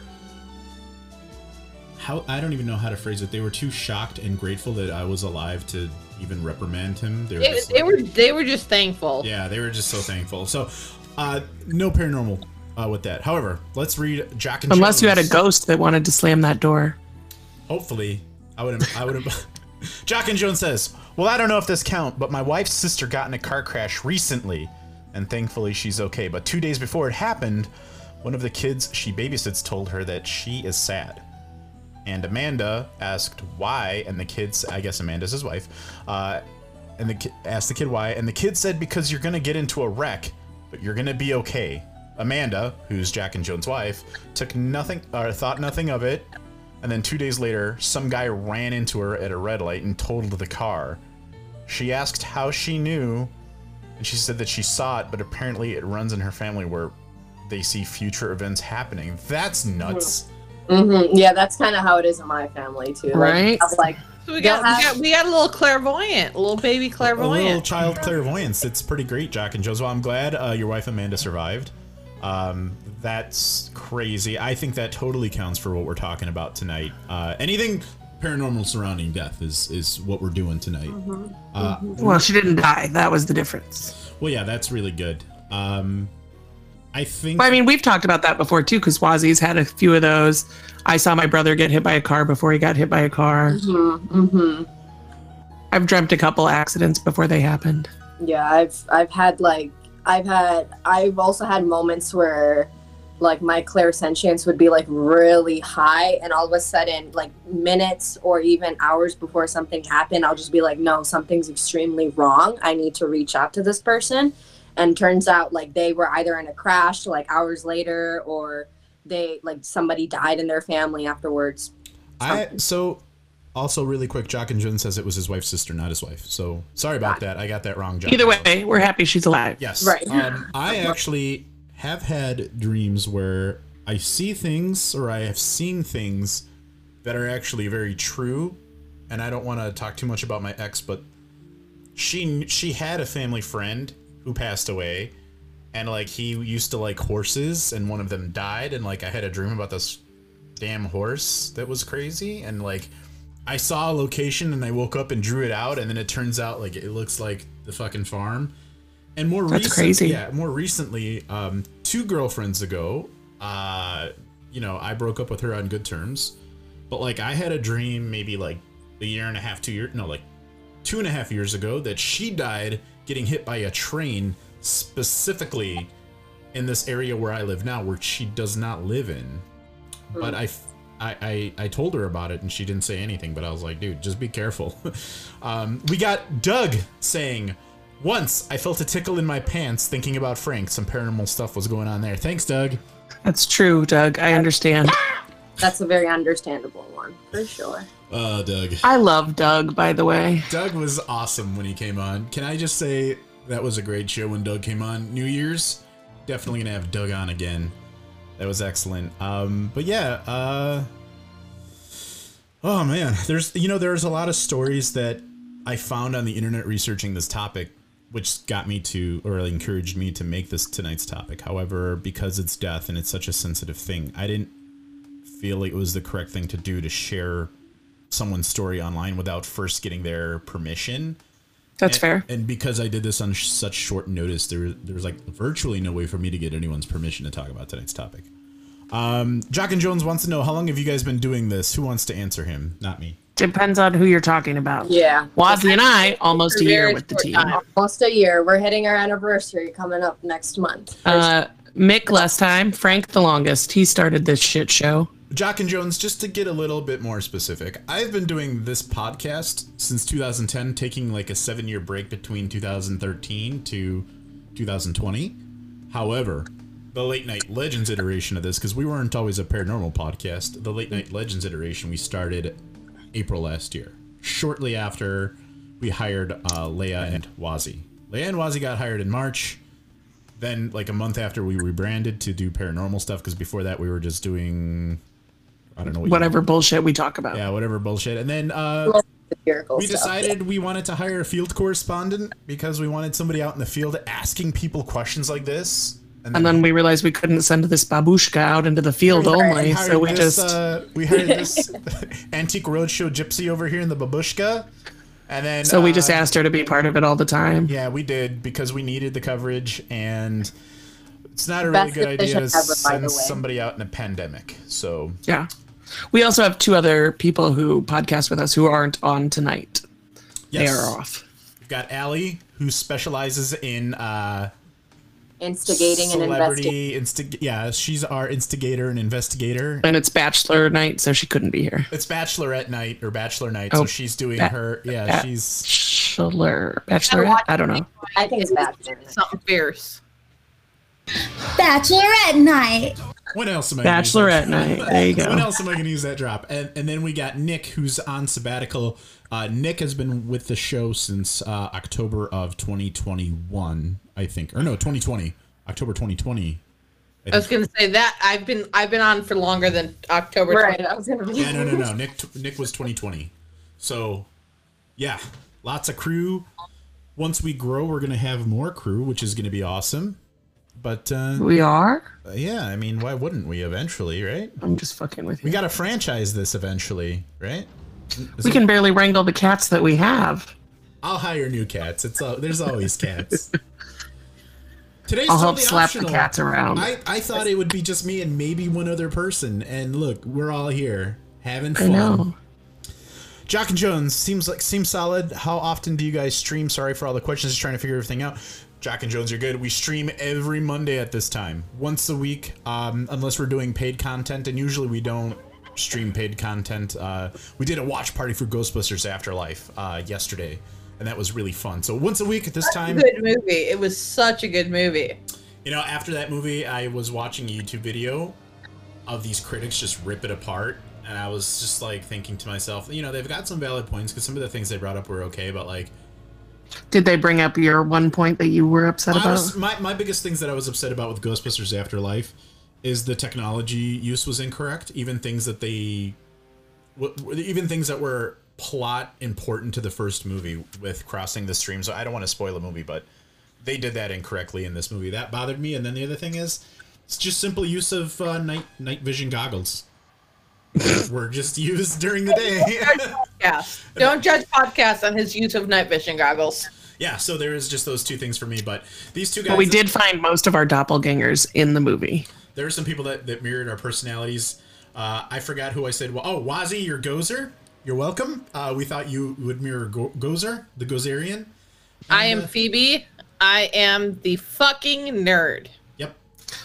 Speaker 2: how I don't even know how to phrase it. They were too shocked and grateful that I was alive to even reprimand him. They were,
Speaker 4: They,
Speaker 2: just
Speaker 4: they
Speaker 2: like-
Speaker 4: were they were just thankful.
Speaker 2: yeah, they were just so thankful. So, uh, no paranormal uh, with that. However, let's read Jack and
Speaker 3: Unless you had a
Speaker 2: Jones.
Speaker 3: ghost that wanted to slam that door.
Speaker 2: Hopefully, I would. I would. Jock and Jones says, "Well, I don't know if this count, but my wife's sister got in a car crash recently, and thankfully she's okay. But two days before it happened, one of the kids she babysits told her that she is sad." And Amanda asked why, and the kids, I guess Amanda's his wife, uh, and the ki- asked the kid why, and the kid said because you're gonna get into a wreck, but you're gonna be okay. Amanda, who's Jack and Jones' wife, took nothing or thought nothing of it, and then two days later, some guy ran into her at a red light and totaled the car. She asked how she knew, and she said that she saw it, but apparently it runs in her family where they see future events happening. That's nuts.
Speaker 5: Mhm, Yeah, that's kind of how it is in my family too. Like,
Speaker 3: Right?
Speaker 5: I'm like,
Speaker 4: So we got,
Speaker 5: They'll
Speaker 4: we
Speaker 5: have-
Speaker 4: got we got a little clairvoyant, a little baby
Speaker 2: A little
Speaker 4: clairvoyant.
Speaker 2: child clairvoyance. It's pretty great, Jack and Joe's. Well, I'm glad uh, your wife Amanda survived. Um, that's crazy. I think that totally counts for what we're talking about tonight. Uh, anything paranormal surrounding death is is what we're doing tonight. Uh,
Speaker 3: Well, she didn't die. That was the difference.
Speaker 2: Well, yeah, that's really good. Um, I think.
Speaker 3: Well, I mean, we've talked about that before too, because Wazzy's had a few of those. I saw my brother get hit by a car before he got hit by a car.
Speaker 5: mhm, mhm.
Speaker 3: I've dreamt a couple accidents before they happened.
Speaker 5: Yeah, I've I've had like I've had I've also had moments where like my clairsentience would be like really high and all of a sudden like minutes or even hours before something happened I'll just be like no something's extremely wrong I need to reach out to this person and turns out like they were either in a crash like hours later or they like somebody died in their family afterwards
Speaker 2: I so also really quick. Jock and Jun says it was his wife's sister, not his wife. So sorry about that. I got that wrong. Jock
Speaker 3: Either
Speaker 2: and Jones.
Speaker 3: way, we're happy she's alive.
Speaker 2: Yes.
Speaker 5: Right.
Speaker 2: Um, I actually have had dreams where I see things or I have seen things that are actually very true. And I don't want to talk too much about my ex, but she she had a family friend who passed away, and like he used to like horses, and one of them died, and like I had a dream about this damn horse that was crazy, and like I saw a location and I woke up and drew it out, and then it turns out like it looks like the fucking farm. And more
Speaker 3: That's
Speaker 2: recent-
Speaker 3: crazy.
Speaker 2: Yeah, more recently, um, two girlfriends ago, uh, you know, I broke up with her on good terms, but like I had a dream maybe like a year and a half, two years, no, like two and a half years ago that she died getting hit by a train specifically in this area where I live now, where she does not live in. But I, f- I- I- I told her about it and she didn't say anything, but I was like, dude, just be careful. um, we got Doug saying, Once I felt a tickle in my pants thinking about Frank. Some paranormal stuff was going on there. Thanks, Doug.
Speaker 3: That's true, Doug. I understand.
Speaker 5: That's a very understandable one, for sure.
Speaker 2: Uh, Doug.
Speaker 3: I love Doug, by the way.
Speaker 2: Doug was awesome when he came on. Can I just say that was a great show when Doug came on? New Year's, definitely gonna have Doug on again. That was excellent. Um, but yeah, uh, oh man, there's you know there's a lot of stories that I found on the internet researching this topic, which got me to or encouraged me to make this tonight's topic. However, because it's death and it's such a sensitive thing, I didn't feel like it was the correct thing to do to share someone's story online without first getting their permission.
Speaker 3: That's
Speaker 2: And-
Speaker 3: fair.
Speaker 2: And because I did this on sh- such short notice, there there was like virtually no way for me to get anyone's permission to talk about tonight's topic. Um, Jock and Jones wants to know how long have you guys been doing this? Who wants to answer him? Not me.
Speaker 3: Depends on who you're talking about.
Speaker 5: Yeah.
Speaker 3: Wazzy and I, almost a year
Speaker 4: Very
Speaker 3: with the
Speaker 4: short
Speaker 3: team.
Speaker 4: time.
Speaker 5: Almost a year. We're hitting our anniversary coming up next month.
Speaker 3: Uh, Mick last time, Frank the longest. He started this shit show.
Speaker 2: Jock and Jones, just to get a little bit more specific, I've been doing this podcast since 2010, taking like a seven year break between 2013 to 2020. However, the late night legends iteration of this, because we weren't always a paranormal podcast, the late night legends iteration we started April last year, shortly after we hired uh, Leia and Wazi. Leia and Wazi got hired in March then like a month after we rebranded to do paranormal stuff because before that we were just doing I don't know what you-
Speaker 3: Whatever bullshit we talk about.
Speaker 2: yeah whatever bullshit and then uh,
Speaker 5: Miracle
Speaker 2: we
Speaker 5: stuff.
Speaker 2: decided we wanted to hire a field correspondent because we wanted somebody out in the field asking people questions like this
Speaker 3: And then we realized we couldn't send this babushka out into the field only,
Speaker 2: hired
Speaker 3: so we
Speaker 2: this,
Speaker 3: just
Speaker 2: uh, we hired this antique roadshow gypsy over here in the babushka and then
Speaker 3: so we
Speaker 2: uh,
Speaker 3: just asked her to be part of it all the time.
Speaker 2: Yeah, we did because we needed the coverage, and it's not a really
Speaker 5: Best
Speaker 2: good idea
Speaker 5: decision
Speaker 2: to
Speaker 5: ever, by the
Speaker 2: send
Speaker 5: way.
Speaker 2: somebody out in a pandemic. So
Speaker 3: Yeah. We also have two other people who podcast with us who aren't on tonight.
Speaker 2: yes,
Speaker 3: They are off.
Speaker 2: we've got Allie, who specializes in uh,
Speaker 5: Instigating and
Speaker 2: celebrity
Speaker 5: investigating.
Speaker 2: instig. Yeah, she's our instigator and investigator.
Speaker 3: And it's bachelor night, so she couldn't be here.
Speaker 2: It's bachelorette night or bachelor night, so
Speaker 3: Oh,
Speaker 2: she's doing
Speaker 3: ba-
Speaker 2: her. Yeah,
Speaker 3: ba-
Speaker 2: she's
Speaker 3: Bachelor. Bachelorette? I don't know.
Speaker 5: I think it's bad.
Speaker 4: Something fierce.
Speaker 9: Bachelorette night.
Speaker 2: what else am I? gonna use that-
Speaker 3: Bachelorette night. There you
Speaker 2: When
Speaker 3: go.
Speaker 2: else am I going to use that drop? And, and then we got Nick, who's on sabbatical. Uh, Nick has been with the show since uh, October of 2021, I think, or no, 2020, October 2020.
Speaker 4: I was gonna say that I've been I've been on for longer than October.
Speaker 5: Right.
Speaker 4: 20.
Speaker 5: I was gonna be.
Speaker 2: Yeah, no, no, no. Nick, Nick was 2020. So, yeah, lots of crew. Once we grow, we're going to have more crew, which is going to be awesome. But uh,
Speaker 3: We are?
Speaker 2: yeah, I mean, why wouldn't we eventually, right?
Speaker 3: I'm just fucking with
Speaker 2: We
Speaker 3: you.
Speaker 2: got to franchise this eventually, right?
Speaker 3: We can barely wrangle the cats that we have.
Speaker 2: I'll hire new cats. It's uh, there's always cats. Today's
Speaker 3: I'll help
Speaker 2: totally
Speaker 3: slap
Speaker 2: optional.
Speaker 3: the cats around.
Speaker 2: I, I thought it would be just me and maybe one other person, and look, we're all here having
Speaker 3: I
Speaker 2: fun.
Speaker 3: know.
Speaker 2: Jock and Jones seems like seems solid. How often do you guys stream? Sorry for all the questions, just trying to figure everything out. Jock and Jones, you're good. We stream every Monday at this time, once a week, um, unless we're doing paid content, and usually we don't stream paid content. Uh, we did a watch party for Ghostbusters Afterlife uh, yesterday, and that was really fun. So once a week at this time.
Speaker 4: Good movie. It was such a good movie.
Speaker 2: You know, after that movie, I was watching a YouTube video of these critics just rip it apart, and I was just like thinking to myself, you know, they've got some valid points because some of the things they brought up were okay, but like,
Speaker 3: Did they bring up your one point that you were upset
Speaker 2: I
Speaker 3: about?
Speaker 2: was, my my biggest things that I was upset about with Ghostbusters Afterlife is the technology use was incorrect. Even things that they, w- w- even things that were plot important to the first movie with crossing the streams. I don't want to spoil a movie, but they did that incorrectly in this movie. That bothered me. And then the other thing is, it's just simple use of uh, night night vision goggles. that were just used during the day.
Speaker 4: Yeah. Don't judge podcasts on his use of night vision goggles.
Speaker 2: yeah, so there is just those two things for me. But these two guys.
Speaker 3: but we did find most of our doppelgangers in the movie.
Speaker 2: there were some people that, that mirrored our personalities. Uh, I forgot who I said. Well, oh, Wazi, you're Gozer. You're welcome. Uh, we thought you would mirror Go- Gozer, the Gozerian.
Speaker 4: I am Phoebe. I am the fucking nerd.
Speaker 2: Yep.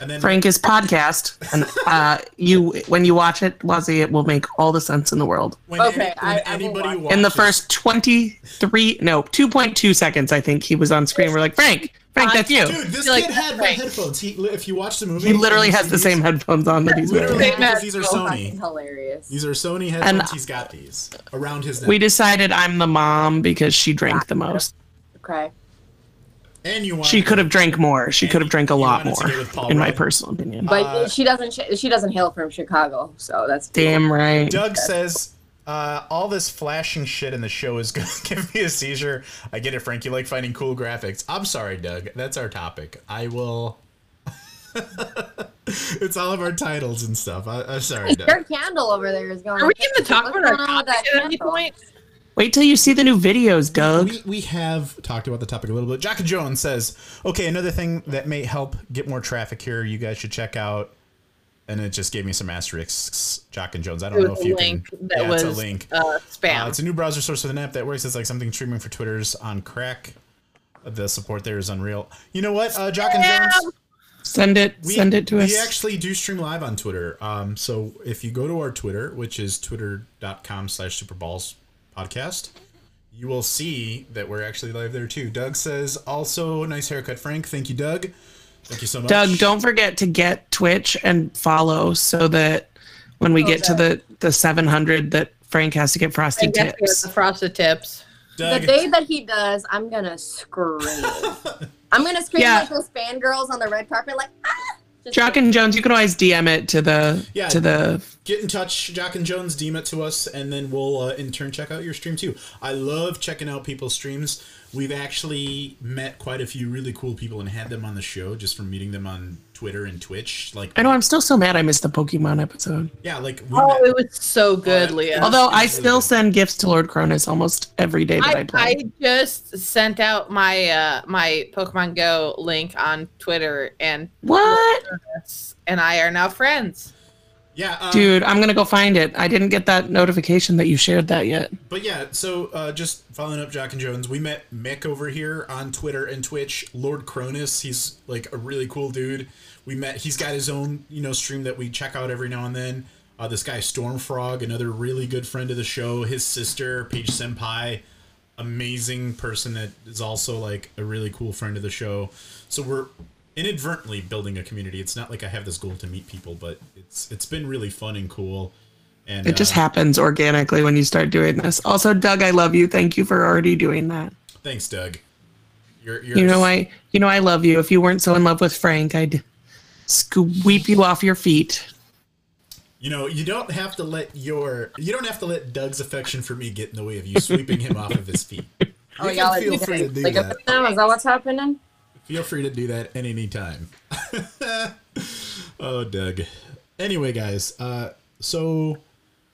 Speaker 8: And then
Speaker 3: Frank is podcast, and uh, you when you watch it, Wazzy, it will make all the sense in the world.
Speaker 8: when,
Speaker 5: Okay,
Speaker 8: any- when
Speaker 5: I- I will
Speaker 8: anybody
Speaker 5: watch.
Speaker 8: watches,
Speaker 3: In the first twenty three, no, two point two seconds, I think he was on screen. We're like, Frank, Frank, that's you.
Speaker 2: Dude, this
Speaker 4: Like,
Speaker 2: kid had
Speaker 4: right.
Speaker 2: headphones. He, if you watch the movie,
Speaker 3: He literally has the
Speaker 2: these-
Speaker 3: same headphones on that he's wearing.
Speaker 2: Literally,
Speaker 4: Same
Speaker 2: because these are
Speaker 5: So fucking
Speaker 2: Sony.
Speaker 5: hilarious.
Speaker 2: These are Sony headphones. He's got these around his neck.
Speaker 3: We decided I'm the mom because she drank the most.
Speaker 5: Okay.
Speaker 2: and you want
Speaker 3: She could have drank more. She could have drank a
Speaker 8: You
Speaker 3: lot
Speaker 8: wanted to
Speaker 3: more,
Speaker 8: get with Paul
Speaker 3: in my
Speaker 8: Rudd.
Speaker 3: personal opinion.
Speaker 5: But
Speaker 2: uh,
Speaker 5: she doesn't. Sh- she doesn't hail from Chicago, so that's
Speaker 3: Damn right.
Speaker 9: Doug says, uh, all this flashing shit in the show is going to give me a seizure. I get it, Frank. You like finding cool graphics.
Speaker 8: I'm sorry, Doug. That's our topic. I will. it's all of our titles and stuff. I, I'm sorry, Doug.
Speaker 5: Your candle over there is going.
Speaker 4: Are we even talking about our
Speaker 5: What's wrong with
Speaker 4: topic
Speaker 5: that
Speaker 4: at any
Speaker 5: candle?
Speaker 4: point?
Speaker 3: Wait till you see the new videos, Doug.
Speaker 8: We, we have talked about the topic a little bit.
Speaker 2: Jack
Speaker 8: Jack
Speaker 2: and Jones says,
Speaker 9: Okay, another thing that may help get more traffic here, you guys should check out.
Speaker 2: and it just gave me some asterisks. Jack and Jones. I
Speaker 4: It
Speaker 2: don't know
Speaker 4: was
Speaker 2: if
Speaker 4: a
Speaker 2: you
Speaker 4: link
Speaker 2: can.
Speaker 4: that
Speaker 2: yeah,
Speaker 4: was
Speaker 2: it's a link.
Speaker 4: Uh,
Speaker 2: Uh,
Speaker 4: spam.
Speaker 2: it's a new browser source with an app that works. It's like something streaming for Twitter's on crack. The support there is unreal. You know what, uh, Jock and Jones?
Speaker 3: Send it. send it to
Speaker 2: we
Speaker 3: us.
Speaker 2: actually do stream live on Twitter. Um, so if you go to our Twitter, which is twitter.com slash superballs podcast, you will see that we're actually live there too. Doug says, also, nice haircut, Frank. Thank you, Doug. Thank you so much.
Speaker 3: Doug, don't forget to get Twitch and follow so that when we get to the the 700 that Frank has to get frosty
Speaker 4: I guess it was
Speaker 3: tips.
Speaker 4: the frosted tips.
Speaker 5: The
Speaker 2: Doug,
Speaker 5: day that he does, I'm gonna scream. I'm gonna scream
Speaker 3: Yeah.
Speaker 5: like those fangirls on the red carpet, like ah. Just
Speaker 3: Jock and Jones, you can always DM it to the
Speaker 2: Yeah.
Speaker 3: to the
Speaker 2: get in touch, Jock and Jones, DM it to us, and then we'll uh, in turn check out your stream too. I love checking out people's streams. We've actually met quite a few really cool people and had them on the show just from meeting them on Twitter and Twitch. Like,
Speaker 3: I know I'm still so mad I missed the Pokemon episode.
Speaker 2: yeah, like we
Speaker 4: Oh,
Speaker 2: met.
Speaker 4: it was so good, Leah.
Speaker 3: Although I still send gifts to Lord Cronus almost every day that I,
Speaker 4: I,
Speaker 3: play.
Speaker 4: I just sent out my uh, my Pokemon Go link on Twitter, and
Speaker 3: what?
Speaker 4: Chris and I are now friends.
Speaker 2: yeah, uh,
Speaker 3: Dude, I'm going to go find it. I didn't get that notification that you shared that yet.
Speaker 2: But yeah, so uh, just following up Jack and Jones, we met Mick over here on Twitter and Twitch. Lord Cronus, he's like a really cool dude. We met. He's got his own you know stream that we check out every now and then. Uh, this guy Stormfrog, another really good friend of the show. His sister Paige Senpai, amazing person that is also like a really cool friend of the show. So we're inadvertently building a community. It's not like I have this goal to meet people, but it's it's been really fun and cool. And
Speaker 3: It just
Speaker 2: uh,
Speaker 3: happens organically when you start doing this. Also, Doug, I love you. Thank you for already doing that.
Speaker 2: Thanks, Doug. You're, you're
Speaker 3: You know I you know I love you. If you weren't so in love with Frank, I'd sweep you off your feet.
Speaker 2: You know, you don't have to let your you don't have to let Doug's affection for me get in the way of you sweeping him off of his feet.
Speaker 5: Oh,
Speaker 2: you
Speaker 5: y'all
Speaker 2: can
Speaker 5: are
Speaker 2: feel
Speaker 5: doing
Speaker 2: free to do
Speaker 5: like a-
Speaker 2: that.
Speaker 5: now, is that what's happening?
Speaker 2: Feel free to do that at any time. oh, Doug. Anyway, guys, uh, so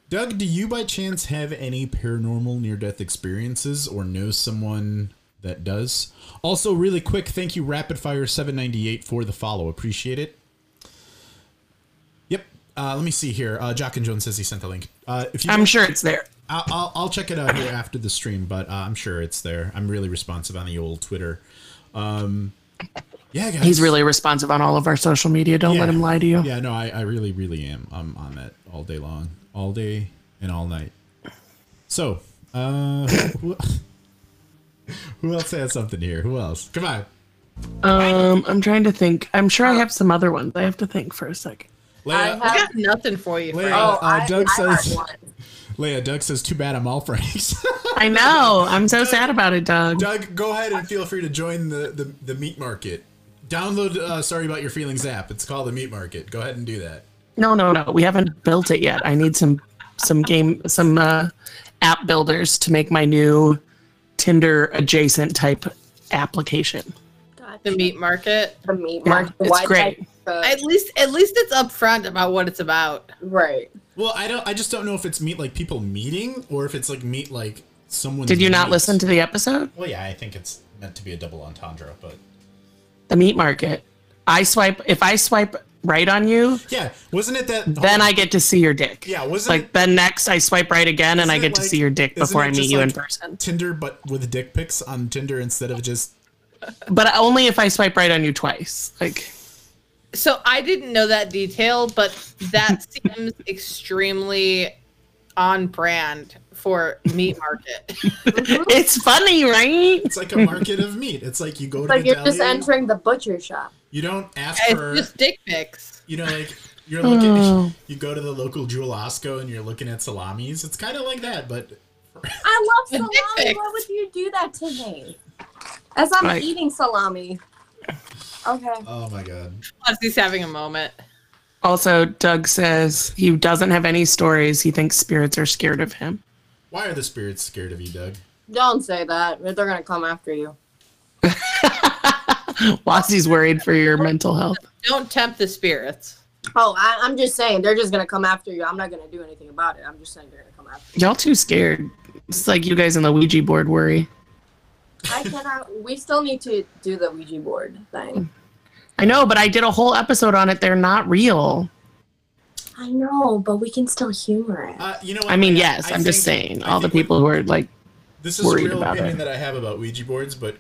Speaker 2: Doug, do you by chance have any paranormal near death experiences or know someone that does? Also, really quick, thank you, Rapidfire798, for the follow. Appreciate it. Yep. Uh, let me see here. Uh, Jock and Jones says he sent the link. Uh, if you
Speaker 3: I'm sure it's there.
Speaker 2: I'll, I'll, I'll check it out here after the stream, but uh, I'm sure it's there. I'm really responsive on the old Twitter. Um, yeah, guys.
Speaker 3: He's really responsive on all of our social media. Don't let
Speaker 2: Yeah.
Speaker 3: him lie to you.
Speaker 2: Yeah, no, I, I really, really am. I'm on that all day long, all day and all night. So, uh, who, who else has something here? Who else? Come on.
Speaker 3: Um, I'm trying to think. I'm sure I have some other ones. I have to think for a second.
Speaker 5: I
Speaker 2: Leia,
Speaker 4: I
Speaker 5: have.
Speaker 4: got nothing for you,
Speaker 2: Leah.
Speaker 4: Frank.
Speaker 2: Oh,
Speaker 5: Oh,
Speaker 2: uh,
Speaker 5: I,
Speaker 2: Doug
Speaker 5: I have
Speaker 2: says-
Speaker 5: one.
Speaker 2: Leia, Doug says, too bad I'm all Frank's.
Speaker 3: I know. I'm so sad about it, Doug.
Speaker 2: Doug, go ahead and feel free to join the, the, the meat market. Download uh, Sorry About Your Feelings app. It's called the meat market. Go ahead and do that.
Speaker 3: No, no, no. We haven't built it yet. I need some some game some uh, app builders to make my new Tinder adjacent type application.
Speaker 4: the meat market.
Speaker 5: The meat
Speaker 3: Yeah,
Speaker 5: market.
Speaker 3: it's
Speaker 5: Why did
Speaker 3: great.
Speaker 5: I,
Speaker 4: At least, at least it's upfront about what it's about.
Speaker 5: right.
Speaker 2: Well, I don't. I just don't know if it's meet like people meeting or if it's like meet like someone.
Speaker 3: Did you not listen to the episode?
Speaker 2: Well, yeah, I think it's meant to be a double entendre, but
Speaker 3: The meat market. I swipe if I swipe right on you,
Speaker 2: yeah, wasn't it that?
Speaker 3: then I get to see your dick.
Speaker 2: Yeah, wasn't
Speaker 3: like
Speaker 2: it-
Speaker 3: then next I swipe right again and I
Speaker 2: isn't it
Speaker 3: get to
Speaker 2: like-
Speaker 3: see your dick
Speaker 2: isn't
Speaker 3: before
Speaker 2: it
Speaker 3: I meet
Speaker 2: just
Speaker 3: you in
Speaker 2: like
Speaker 3: person.
Speaker 2: Tinder, but with dick pics on Tinder instead of just.
Speaker 3: But only if I swipe right on you twice. Like
Speaker 4: So I didn't know that detail, but that seems extremely on brand for meat market.
Speaker 3: It's funny, right?
Speaker 2: It's like a market of meat. It's like you go to
Speaker 5: Like
Speaker 2: the
Speaker 5: you're just
Speaker 2: deli,
Speaker 5: entering the butcher shop.
Speaker 2: You don't ask for
Speaker 4: it's just dick pics.
Speaker 2: you know like you're looking.
Speaker 3: Oh.
Speaker 2: You go to the local Jewel Osco and you're looking at salamis. It's kind of like that, but
Speaker 5: I love
Speaker 4: The dick
Speaker 5: salami.
Speaker 4: pics.
Speaker 5: Why would you do that to me? As I'm
Speaker 3: I-
Speaker 5: eating salami. Okay.
Speaker 2: oh my god,
Speaker 4: Leslie's having a moment.
Speaker 3: Also, Doug says he doesn't have any stories. He thinks spirits are scared of him.
Speaker 2: why are the spirits scared of you, Doug?
Speaker 5: Don't say that. They're gonna come after you.
Speaker 3: Wassie's worried for your mental health.
Speaker 4: Don't tempt the spirits.
Speaker 5: Oh, I, I'm just saying they're just gonna come after you. I'm not gonna do anything about it. I'm just saying they're gonna come after
Speaker 3: Y'all too scared. It's like you guys in the Ouija board worry.
Speaker 5: you. I cannot. We still need to do the Ouija board thing.
Speaker 3: I know, but I did a whole episode on it. They're not real.
Speaker 5: I know, but we can still humor it.
Speaker 2: Uh, you know, what?
Speaker 3: I mean, yes,
Speaker 2: I
Speaker 3: I'm just
Speaker 2: think-
Speaker 3: saying.
Speaker 2: I
Speaker 3: All the
Speaker 2: think we-
Speaker 3: people who are like,
Speaker 2: This is a
Speaker 3: worried
Speaker 2: real
Speaker 3: about
Speaker 2: opinion
Speaker 3: it.
Speaker 2: that I have about Ouija boards, but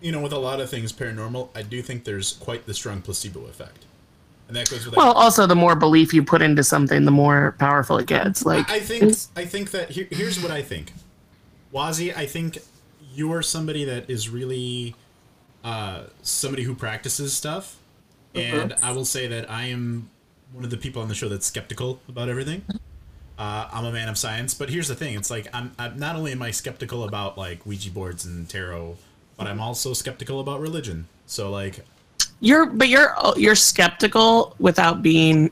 Speaker 2: you know, with a lot of things paranormal, I do think there's quite the strong placebo effect, and that goes with
Speaker 3: well, also the more belief you put into something, the more powerful it gets. Like,
Speaker 2: I think I think that here, here's what I think. Wazi, I think you're somebody that is really uh, somebody who practices stuff, and I will say that I am one of the people on the show that's skeptical about everything. Uh, I'm a man of science, but here's the thing: it's like I'm, I'm not only am I skeptical about like Ouija boards and tarot, but I'm also skeptical about religion. So like,
Speaker 3: you're, but you're you're skeptical without being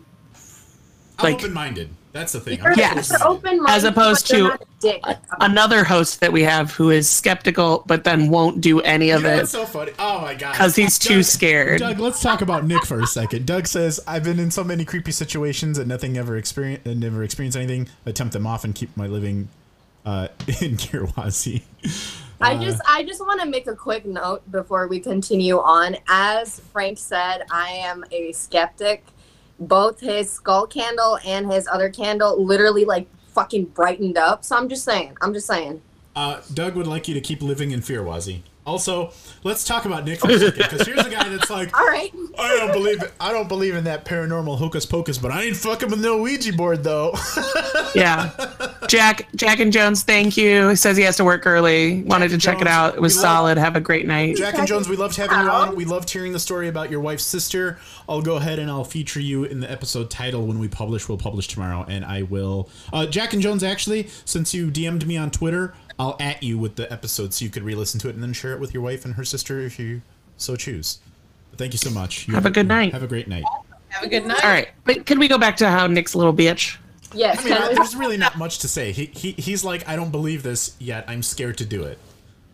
Speaker 2: I'm
Speaker 3: Like-
Speaker 2: open-minded. That's the thing.
Speaker 5: You're-
Speaker 2: I'm
Speaker 3: Yes.
Speaker 5: you're open-minded,
Speaker 3: As opposed
Speaker 5: but you're
Speaker 3: to-
Speaker 5: not a dick.
Speaker 3: another host that we have who is skeptical, but then won't do any
Speaker 2: You
Speaker 3: of
Speaker 2: know
Speaker 3: it
Speaker 2: what's so funny? Oh my god!
Speaker 3: because he's too scared.
Speaker 9: Doug, let's talk about Nick for a second. Doug says, "I've been in so many creepy situations and nothing ever experienced, never experienced anything. I tempt them off and keep my living uh, in Kirwazi."
Speaker 5: I just I just want to make a quick note before we continue on. As Frank said, I am a skeptic. Both his skull candle and his other candle literally like fucking brightened up. So I'm just saying. I'm just saying.
Speaker 2: Uh, Doug would like you to keep living in fear, Wazzy. Also, let's talk about Nick for a second because here's a guy that's like,
Speaker 5: All right.
Speaker 2: I don't believe.
Speaker 9: Believe it- I don't believe in that paranormal hocus pocus, but I ain't fucking with no Ouija board though.
Speaker 3: yeah, Jack, Jack and Jones, thank you. He says he has to work early. Wanted to check it
Speaker 2: Jones,
Speaker 3: out. It was
Speaker 2: we love-
Speaker 3: solid. Have a great night.
Speaker 2: Jack and Jones, we loved having you on. We loved hearing the story about your wife's sister. I'll go ahead and I'll feature you in the episode title when we publish. We'll publish tomorrow, and I will. Uh, Jack and Jones, actually, since you DM'd me on Twitter, I'll at you with the episode so you could re-listen to it and then share it with your wife and her sister if you so choose. But thank you so much. You
Speaker 3: Have a good night.
Speaker 2: Have a great night.
Speaker 4: Have a good night.
Speaker 3: All right, but can we go back to how Nick's a little bitch?
Speaker 5: Yes.
Speaker 2: I mean, I-
Speaker 5: can we-
Speaker 2: there's really not much to say. He, he he's like, I don't believe this yet. I'm scared to do it.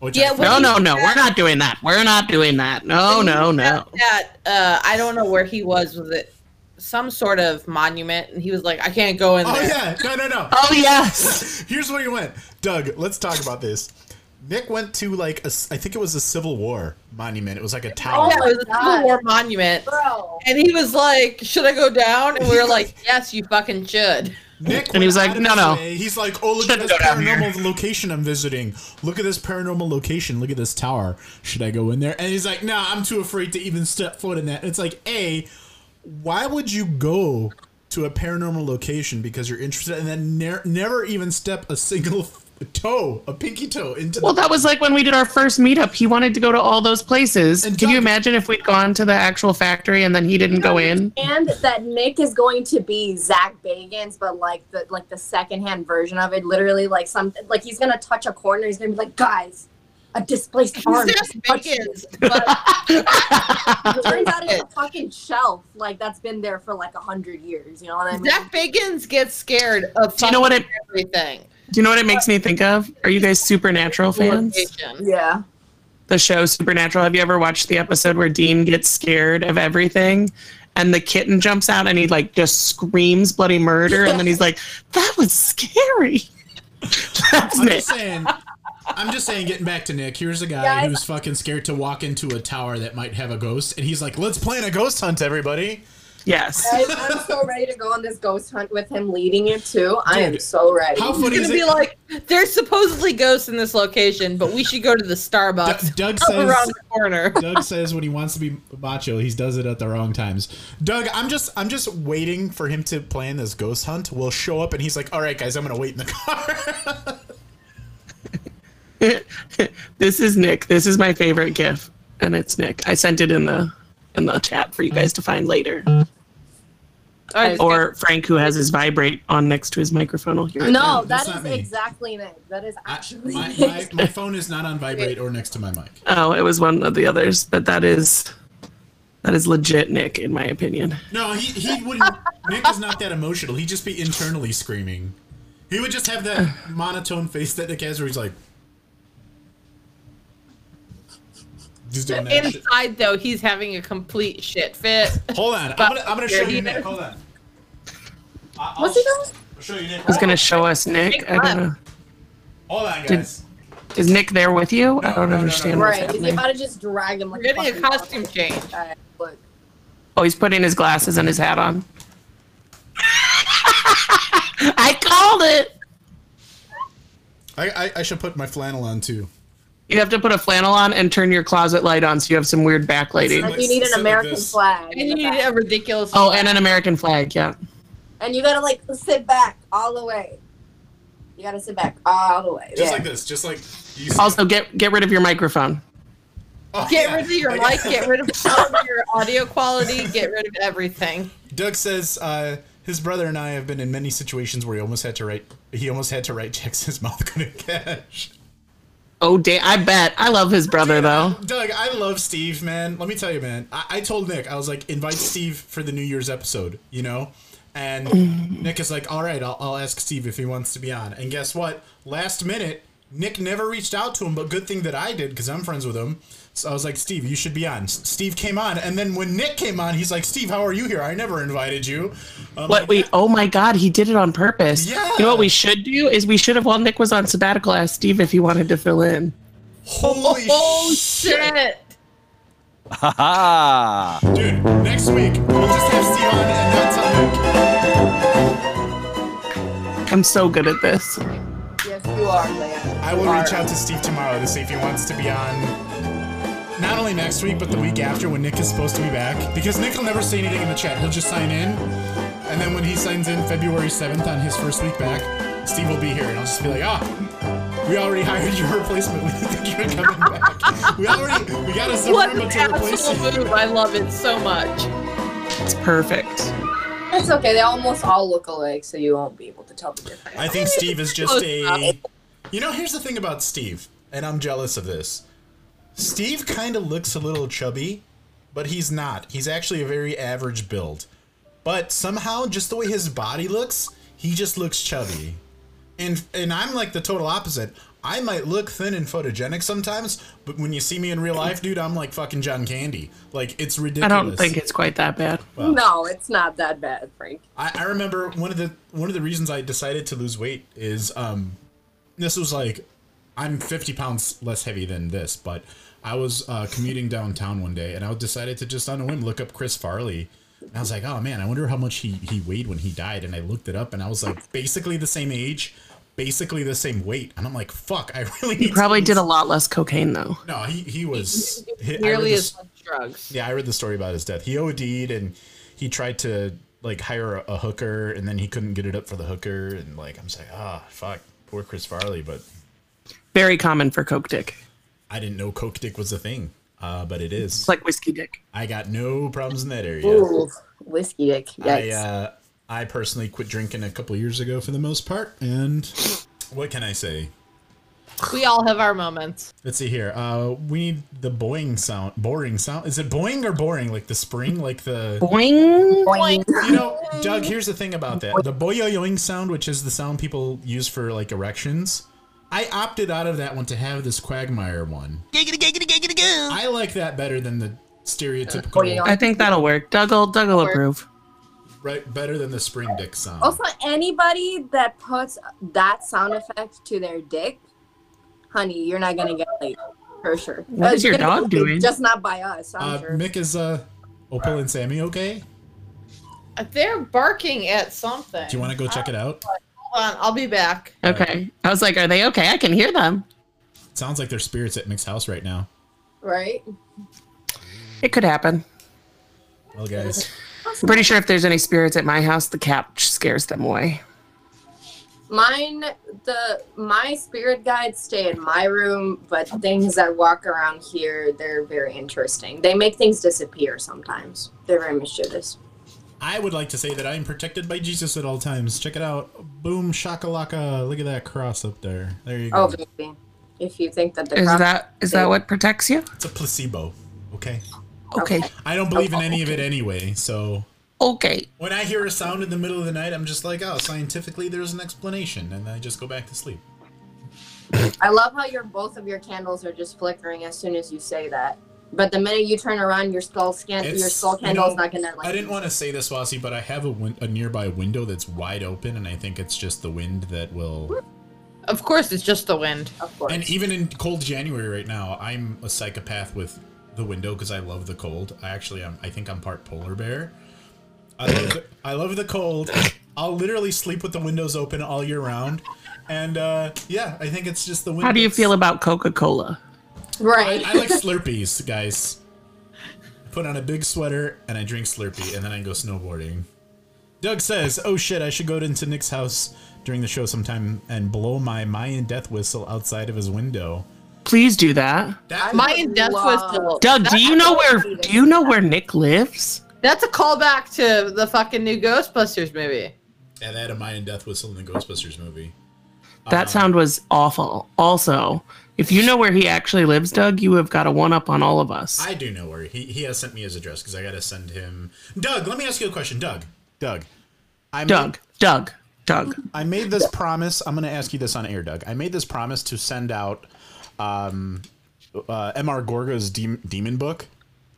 Speaker 2: Oh, Which I
Speaker 4: Yeah,
Speaker 2: think-
Speaker 4: well-
Speaker 3: No, no, no. We're not doing that. We're not doing that. No, Oh, no, no.
Speaker 4: That uh, I don't know where he was. Was it some sort of monument? And he was like, I can't go in
Speaker 2: oh
Speaker 4: there.
Speaker 2: yeah, no, no, no.
Speaker 3: Oh yes.
Speaker 2: Here's where he went, Doug. Let's talk about this. Nick went to like a, s- I think it was a Civil War monument. It was like a tower.
Speaker 4: Yeah, it was a
Speaker 5: God.
Speaker 4: Civil War monument.
Speaker 5: Bro.
Speaker 4: And he was like, Should I go down? And we were like, Yes, you fucking should.
Speaker 2: Nick
Speaker 3: And he was
Speaker 2: went out
Speaker 3: like,
Speaker 2: of
Speaker 3: "No,
Speaker 2: his
Speaker 3: no.
Speaker 2: way." He's like, oh, look at
Speaker 3: Shouldn't
Speaker 2: this
Speaker 3: go down here."
Speaker 2: paranormal location I'm visiting. Look at this paranormal location. Look at this tower. Should I go in there? And he's like, nah, I'm too afraid to even step foot in that. It's like, A, why would you go to a paranormal location because you're interested and then ne- never even step a single f- toe, a pinky toe into
Speaker 3: Well,
Speaker 2: the
Speaker 3: that was like when we did our first meetup. He wanted to go to all those places.
Speaker 2: And
Speaker 3: Can you
Speaker 2: Doug-
Speaker 3: imagine if we'd gone to the actual factory and then he didn't go in?
Speaker 5: And that Nick is going to be Zach Bagans, but like the like the secondhand version of it. Literally, like some like he's gonna touch a corner. He's gonna be like, guys, a displaced arm.
Speaker 4: Zach
Speaker 5: just touched
Speaker 4: Bagans,
Speaker 5: it." But it turns out it's a fucking shelf. Like that's been there for like a hundred years. You know what I mean?
Speaker 4: Zach Bagans gets scared of
Speaker 3: Do you know what it-
Speaker 4: fucking everything.
Speaker 3: Do you know what it makes me think of? Are you guys Supernatural fans?
Speaker 4: Location.
Speaker 5: Yeah.
Speaker 3: The show Supernatural. Have you ever watched the episode where Dean gets scared of everything? And the kitten jumps out and he like just screams bloody murder and then he's like, That was scary. That's
Speaker 2: I'm
Speaker 3: Nick.
Speaker 2: just saying. I'm just saying. Getting back to Nick, here's a guy
Speaker 5: Guys-
Speaker 2: who's fucking scared to walk into a tower that might have a ghost, and he's like, "Let's plan a ghost hunt, everybody."
Speaker 9: Yes.
Speaker 5: I, I'm so ready to go on this ghost hunt with him leading it too. I am
Speaker 10: Dude,
Speaker 5: so ready.
Speaker 10: How funny is
Speaker 4: It's gonna be
Speaker 10: it?
Speaker 4: like there's supposedly ghosts in this location, but we should go to the Starbucks
Speaker 2: Doug
Speaker 4: up
Speaker 2: says-
Speaker 4: around the corner.
Speaker 2: Doug says when he wants to be macho, he does it at the wrong times. Doug, I'm just I'm just waiting for him to plan this ghost hunt. We'll show up and he's like, "All right, guys, I'm gonna wait in the car."
Speaker 9: this is Nick. This is my favorite GIF, and it's Nick. I sent it in the in the chat for you guys to find later.
Speaker 4: I just got-
Speaker 9: Or Frank, who has his vibrate on next to his microphone, will hear it.
Speaker 5: no,
Speaker 10: that's
Speaker 5: that
Speaker 10: not
Speaker 5: is
Speaker 10: me.
Speaker 5: exactly it. That is
Speaker 10: I-
Speaker 5: actually
Speaker 10: my,
Speaker 5: it.
Speaker 10: my, my phone is not on vibrate or next to my mic.
Speaker 9: Oh, it was one of the others, but that is that is legit Nick, in my opinion.
Speaker 10: No, he, he wouldn't. Nick is not that emotional. He'd just be internally screaming. He would just have that monotone face that Nick has where he's like.
Speaker 2: just doing that shit.
Speaker 4: Inside though, he's having a complete shit fit.
Speaker 2: Hold on, I'm gonna, I'm gonna show
Speaker 4: he
Speaker 2: you
Speaker 4: is.
Speaker 2: Nick. Hold on. I- I'll
Speaker 5: What's he
Speaker 2: sh-
Speaker 5: doing?
Speaker 2: I'll show you Nick.
Speaker 9: Who's gonna show us Nick? I don't know.
Speaker 2: Hold on, guys.
Speaker 9: Is Nick there with you? I don't
Speaker 2: no, no,
Speaker 9: understand
Speaker 2: no.
Speaker 9: what's
Speaker 5: Right. Is he
Speaker 9: happening.
Speaker 5: about to just drag him like
Speaker 4: We're getting a
Speaker 5: fucking
Speaker 4: costume
Speaker 5: dog?
Speaker 4: change.
Speaker 5: Alright, look.
Speaker 9: Oh, he's putting his glasses and his hat on. I called it.
Speaker 2: I, I I should put my flannel on too.
Speaker 9: You have to put a flannel on and turn your closet light on so you have some weird backlighting.
Speaker 5: Like you need
Speaker 2: sit
Speaker 5: an
Speaker 2: like
Speaker 5: American
Speaker 2: this.
Speaker 5: flag. in
Speaker 4: And you
Speaker 5: the
Speaker 4: need
Speaker 5: back.
Speaker 4: a ridiculous.
Speaker 9: Oh, and an American flag, yeah.
Speaker 5: and you gotta like sit back all the way. You gotta sit back all the way.
Speaker 10: Just
Speaker 5: yeah.
Speaker 10: like this. Just like. You see-
Speaker 9: Also, get get rid of your microphone.
Speaker 10: Oh,
Speaker 4: Get
Speaker 10: yeah.
Speaker 4: rid of your
Speaker 10: Like-
Speaker 4: mic. Get rid of all of your audio quality. Get rid of everything.
Speaker 2: Doug says uh, his brother and I have been in many situations where he almost had to write he almost had to write checks his mouth couldn't cash.
Speaker 9: Oh, damn. I bet. I love his brother, though.
Speaker 2: Doug, I love Steve, man. Let me tell you, man. I, I told Nick, I was like, invite Steve for the New Year's episode, you know? And Nick is like, all right, I'll, I'll ask Steve if he wants to be on. And guess what? Last minute, Nick never reached out to him, but good thing that I did because I'm friends with him. So I was like, Steve, you should be on. S- Steve came on. And then when Nick came on, he's like, Steve, how are you here? I never invited you. Um,
Speaker 9: What we? Oh my God, he did it on purpose.
Speaker 2: Yeah.
Speaker 9: You know what we should do is we should have while Nick was on sabbatical asked Steve if he wanted to fill in.
Speaker 2: Holy
Speaker 4: Oh shit!
Speaker 1: Ha ha!
Speaker 2: Dude, next week, we'll just have Steve on and not tell Nick.
Speaker 9: I'm so good at this.
Speaker 5: Yes, you are, man.
Speaker 2: I will reach out to Steve tomorrow to see if he wants to be on not only next week, but the week after when Nick is supposed to be back. Because Nick will never say anything in the chat. He'll just sign in. And then when he signs in February 7th on his first week back, Steve will be here. And I'll just be like, ah, we already hired your replacement. We didn't think you were coming back. We already, we got a
Speaker 4: What
Speaker 2: Zorba
Speaker 4: an
Speaker 2: to replace
Speaker 4: asshole
Speaker 2: you.
Speaker 4: move! I love it so much.
Speaker 9: It's perfect.
Speaker 5: It's okay. They almost all look alike, so you won't be able to tell the difference.
Speaker 2: I think Steve is just a. You know, here's the thing about Steve, and I'm jealous of this. Steve kind of looks a little chubby, but he's not. He's actually a very average build. But somehow, just the way his body looks, he just looks chubby. And and I'm like the total opposite. I might look thin and photogenic sometimes, but when you see me in real life, dude, I'm like fucking John Candy. Like it's
Speaker 9: I
Speaker 2: ridiculous.
Speaker 9: don't think it's quite that bad.
Speaker 5: No, it's not that bad, Frank.
Speaker 2: I, I remember one of the one of the reasons I decided to lose weight is um this was like I'm 50 pounds less heavy than this, but I was uh, commuting downtown one day and I decided to just on a whim look up Chris Farley. And I was like, oh man, I wonder how much he, he weighed when he died. And I looked it up and I was like, basically the same age, basically the same weight. And I'm like, fuck, I really need
Speaker 9: He
Speaker 2: to
Speaker 9: probably
Speaker 2: lose-
Speaker 9: did a lot less cocaine though.
Speaker 2: No, he, he was. he- I read
Speaker 4: Nearly
Speaker 2: this-
Speaker 4: as much drugs.
Speaker 2: yeah, I read the story about his death. He OD'd and he tried to like hire a, a hooker and then he couldn't get it up for the hooker and like I'm just like, ah, fuck, poor Chris Farley, but
Speaker 9: Very common for coke dick.
Speaker 2: I didn't know coke dick was a thing. Uh, but it
Speaker 9: It's
Speaker 2: is.
Speaker 9: like whiskey dick.
Speaker 2: I got no problems in that area.
Speaker 5: Ooh, whiskey dick.
Speaker 2: I
Speaker 5: Yikes.
Speaker 2: uh, I personally quit drinking a couple years ago for the most part, and what can I say?
Speaker 4: We all have our moments.
Speaker 2: Let's see here. Uh, we need the boing sound, boring sound. Is it boing or boring? Like the spring, like the
Speaker 9: Boing.
Speaker 5: Boing.
Speaker 2: You know, Doug, here's the thing about that. The boyoyoing sound, which is the sound people use for like erections, I opted out of that one to have this quagmire one. I like that better than the stereotypical,
Speaker 9: I think that'll work. Doug'll Doug'll approve.
Speaker 2: right? Better than the spring dick sound.
Speaker 5: Also, anybody that puts that sound effect to their dick, honey, you're not gonna get laid for sure.
Speaker 9: What is your
Speaker 5: You're gonna
Speaker 9: dog Uh,
Speaker 5: get laid,
Speaker 9: doing?
Speaker 5: Just not by us. I'm
Speaker 2: Uh,
Speaker 5: sure.
Speaker 2: Mick is uh, Opal and Sammy okay?
Speaker 4: They're barking at something.
Speaker 2: Do you want to go check it out?
Speaker 4: Hold on, I'll be back.
Speaker 3: Okay. I was like, are they okay? I can hear them.
Speaker 2: sounds like there's spirits at Mick's house right now.
Speaker 5: right?
Speaker 3: It could happen.
Speaker 2: Well, guys,
Speaker 3: I'm pretty sure if there's any spirits at my house, the couch scares them away.
Speaker 5: Mine, the my spirit guides stay in my room, but things that walk around here, they're very interesting. They make things disappear sometimes. They're very mischievous.
Speaker 2: I would like to say that I am protected by Jesus at all times. Check it out. Boom, shakalaka. Look at that cross up there. There you go.
Speaker 5: Oh, baby. If you think that the
Speaker 3: Is
Speaker 5: cross-
Speaker 3: that is that what protects you?
Speaker 2: It's a placebo. Okay.
Speaker 3: Okay.
Speaker 2: I don't believe in any of it anyway, so
Speaker 3: Okay.
Speaker 2: when I hear a sound in the middle of the night, I'm just like, oh, scientifically, there's an explanation, and I just go back to sleep.
Speaker 5: I love how your both of your candles are just flickering as soon as you say that. But the minute you turn around, your skull scan your
Speaker 2: It's-
Speaker 5: skull
Speaker 2: you
Speaker 5: candle's
Speaker 2: know,
Speaker 5: not gonna like.
Speaker 2: I didn't want to say this, Wasi, but I have a, win- a nearby window that's wide open, and I think it's just the wind that will.
Speaker 4: Of course, it's just the wind.
Speaker 5: Of course.
Speaker 2: And even in cold January right now, I'm a psychopath with the window because I love the cold. I actually, am, I think I'm part polar bear. I love, the, I love the cold. I'll literally sleep with the windows open all year round, and uh, yeah, I think it's just the wind.
Speaker 3: How do you
Speaker 2: that's-
Speaker 3: feel about Coca-Cola?
Speaker 5: right.
Speaker 2: I like Slurpees, guys. I put on a big sweater and I drink Slurpee, and then I go snowboarding. Doug says, "Oh shit, I should go into Nick's house during the show sometime and blow my Mayan death whistle outside of his window."
Speaker 3: Please do that.
Speaker 2: That
Speaker 4: Mayan death
Speaker 5: love-
Speaker 4: whistle.
Speaker 3: Doug, do
Speaker 4: That's-
Speaker 3: you know where do you know where Nick lives?
Speaker 4: That's a callback to the fucking new Ghostbusters movie.
Speaker 2: and they had a Mayan death whistle in the Ghostbusters movie.
Speaker 3: That sound was awful. Also, if you know where he actually lives, Doug, you have got a one up on all of us.
Speaker 2: I do know where he he has sent me his address because I gotta send him. Doug, let me ask you a question, Doug.
Speaker 9: Doug. I
Speaker 3: Doug, Doug, Doug.
Speaker 9: I made this promise. I'm going to ask you this on air, Doug. I made this promise to send out um, uh, M.R. Gorga's dem- Demon Book.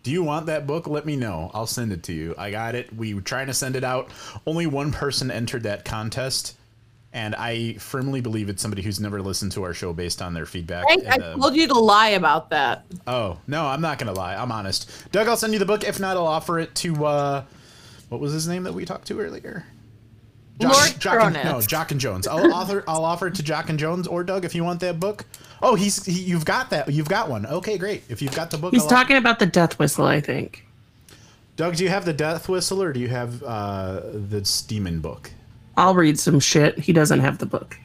Speaker 9: Do you want that book? Let me know. I'll send it to you. I got it. We were trying to send it out. Only one person entered that contest. And I firmly believe it's somebody who's never listened to our show based on their feedback.
Speaker 4: Right? I
Speaker 9: and, uh,
Speaker 4: told you to lie about that.
Speaker 9: oh, no, I'm not going to lie. I'm honest. Doug, I'll send you the book. If not, I'll offer it to, uh, what was his name that we talked to earlier?
Speaker 4: Lord
Speaker 9: Jock and,
Speaker 4: Cronus.
Speaker 9: no, Jock and Jones. I'll offer I'll offer it to Jock and Jones or Doug if you want that book. Oh, he's he, you've got that. You've got one. Okay, great. If you've got the book,
Speaker 3: He's
Speaker 9: I'll-
Speaker 3: talking about the death whistle, I think.
Speaker 9: Doug, do you have the death whistle or do you have uh, the demon book?
Speaker 3: I'll read some shit. He doesn't have the book.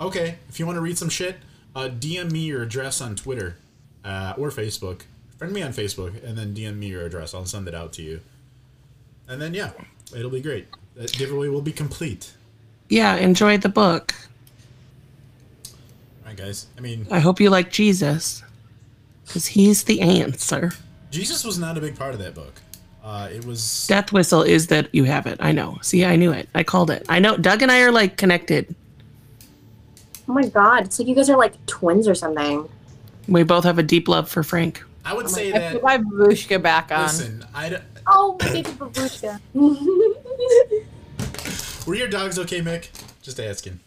Speaker 2: Okay, if you want to read some shit, uh, DM me your address on Twitter uh, or Facebook. Friend me on Facebook and then DM me your address. I'll send it out to you. And then, yeah, it'll be great. That giveaway will be complete.
Speaker 3: Yeah, enjoy the book.
Speaker 2: All right, guys. I mean,
Speaker 3: I hope you like Jesus, because he's the answer.
Speaker 2: Jesus was not a big part of that book. Uh, it was.
Speaker 3: Death whistle is that you have it. I know. See, I knew it. I called it. I know. Doug and I are like connected.
Speaker 5: oh my god, it's like you guys are like twins or something.
Speaker 3: We both have a deep love for Frank.
Speaker 2: I would say
Speaker 4: I
Speaker 2: that.
Speaker 4: put my babushka back on.
Speaker 2: Listen, I d-
Speaker 5: Oh, my baby babushka.
Speaker 2: were your dogs okay, Mick? Just asking.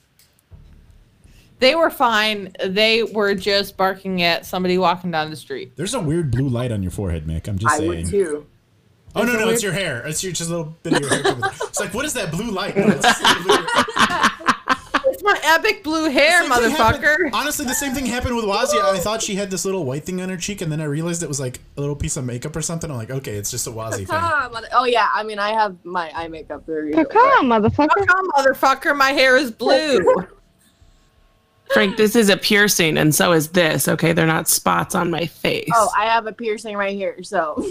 Speaker 4: They were fine. They were just barking at somebody walking down the street.
Speaker 2: There's a weird blue light on your forehead, Mick. I'm just
Speaker 5: I would too.
Speaker 2: Oh no, no, it's your hair. It's your just a little bit of your hair. coming through. It's like, what is that blue light? No, it's just literally-
Speaker 4: It's my epic blue hair,
Speaker 2: Same thing
Speaker 4: motherfucker.
Speaker 2: happened- honestly, the same thing happened with Wazia. I thought she had this little white thing on her cheek, and then I realized it was like a little piece of makeup or something. I'm like, okay, it's just a Wazi thing.
Speaker 5: Ah, mother- oh yeah, I mean I have my eye makeup there. you go.
Speaker 4: Fuck off, motherfucker. My hair is blue.
Speaker 3: Frank, this is a piercing, and so is this. Okay, they're not spots on my face.
Speaker 5: Oh, I have a piercing right here, so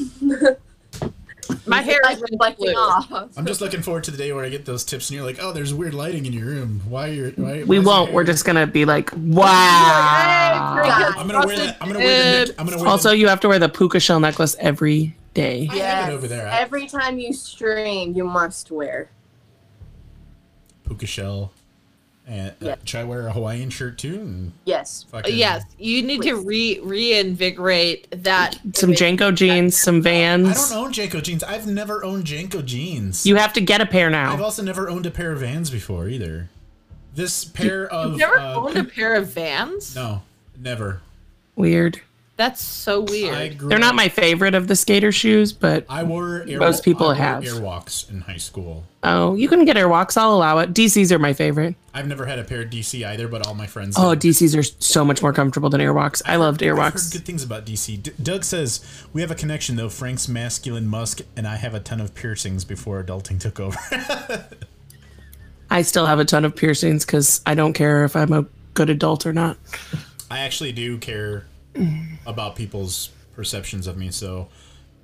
Speaker 4: My hair
Speaker 5: Like,
Speaker 4: is
Speaker 5: reflecting
Speaker 4: blue.
Speaker 5: off.
Speaker 2: I'm just looking forward to the day where I get those tips, and you're like, oh, there's weird lighting in your room. Why are you? Why, why
Speaker 3: we
Speaker 2: is
Speaker 3: won't.
Speaker 2: your
Speaker 3: We're
Speaker 2: hair-"
Speaker 3: just gonna be like,
Speaker 9: Ah.
Speaker 3: wow.
Speaker 5: God.
Speaker 2: I'm gonna wear that. I'm gonna wear the. Nick- I'm gonna wear
Speaker 3: Also,
Speaker 2: the,
Speaker 3: you have to wear the puka shell necklace every day.
Speaker 2: I have it over there. I-
Speaker 5: Every time you stream, you must wear.
Speaker 2: puka shell. And uh,
Speaker 5: Yeah.
Speaker 2: should I wear a Hawaiian shirt too? And
Speaker 5: Yes.
Speaker 2: fucking
Speaker 4: Yes, you need to re reinvigorate that.
Speaker 3: Some
Speaker 4: image.
Speaker 3: Janko jeans, some
Speaker 2: I
Speaker 3: vans.
Speaker 2: don't own Janko jeans. I've never owned Janko jeans.
Speaker 3: You have to get a pair
Speaker 2: I've
Speaker 3: now.
Speaker 2: also never owned a pair of Vans before either. This pair of
Speaker 4: Never
Speaker 2: uh,
Speaker 4: owned a pair of Vans.
Speaker 2: no, never.
Speaker 3: Weird.
Speaker 4: That's so weird.
Speaker 2: I grew
Speaker 9: They're
Speaker 2: up-
Speaker 9: not my favorite of the skater shoes, but
Speaker 2: I wore air,
Speaker 9: Most people
Speaker 2: I wore
Speaker 9: have.
Speaker 2: airwalks in high school.
Speaker 9: oh, you can get airwalks. I'll allow it. DCs are my favorite.
Speaker 2: I've never had a pair of DC either, but all my friends.
Speaker 9: Oh,
Speaker 2: did.
Speaker 9: DCs are so much more comfortable than airwalks. I loved
Speaker 2: I've heard
Speaker 9: airwalks.
Speaker 2: good things about DC. D- Doug says we have a connection though. Frank's masculine musk, and I have a ton of piercings before adulting took over.
Speaker 9: I still have a ton of piercings because I don't care if I'm a good adult or not.
Speaker 2: I actually do care about people's perceptions of me, so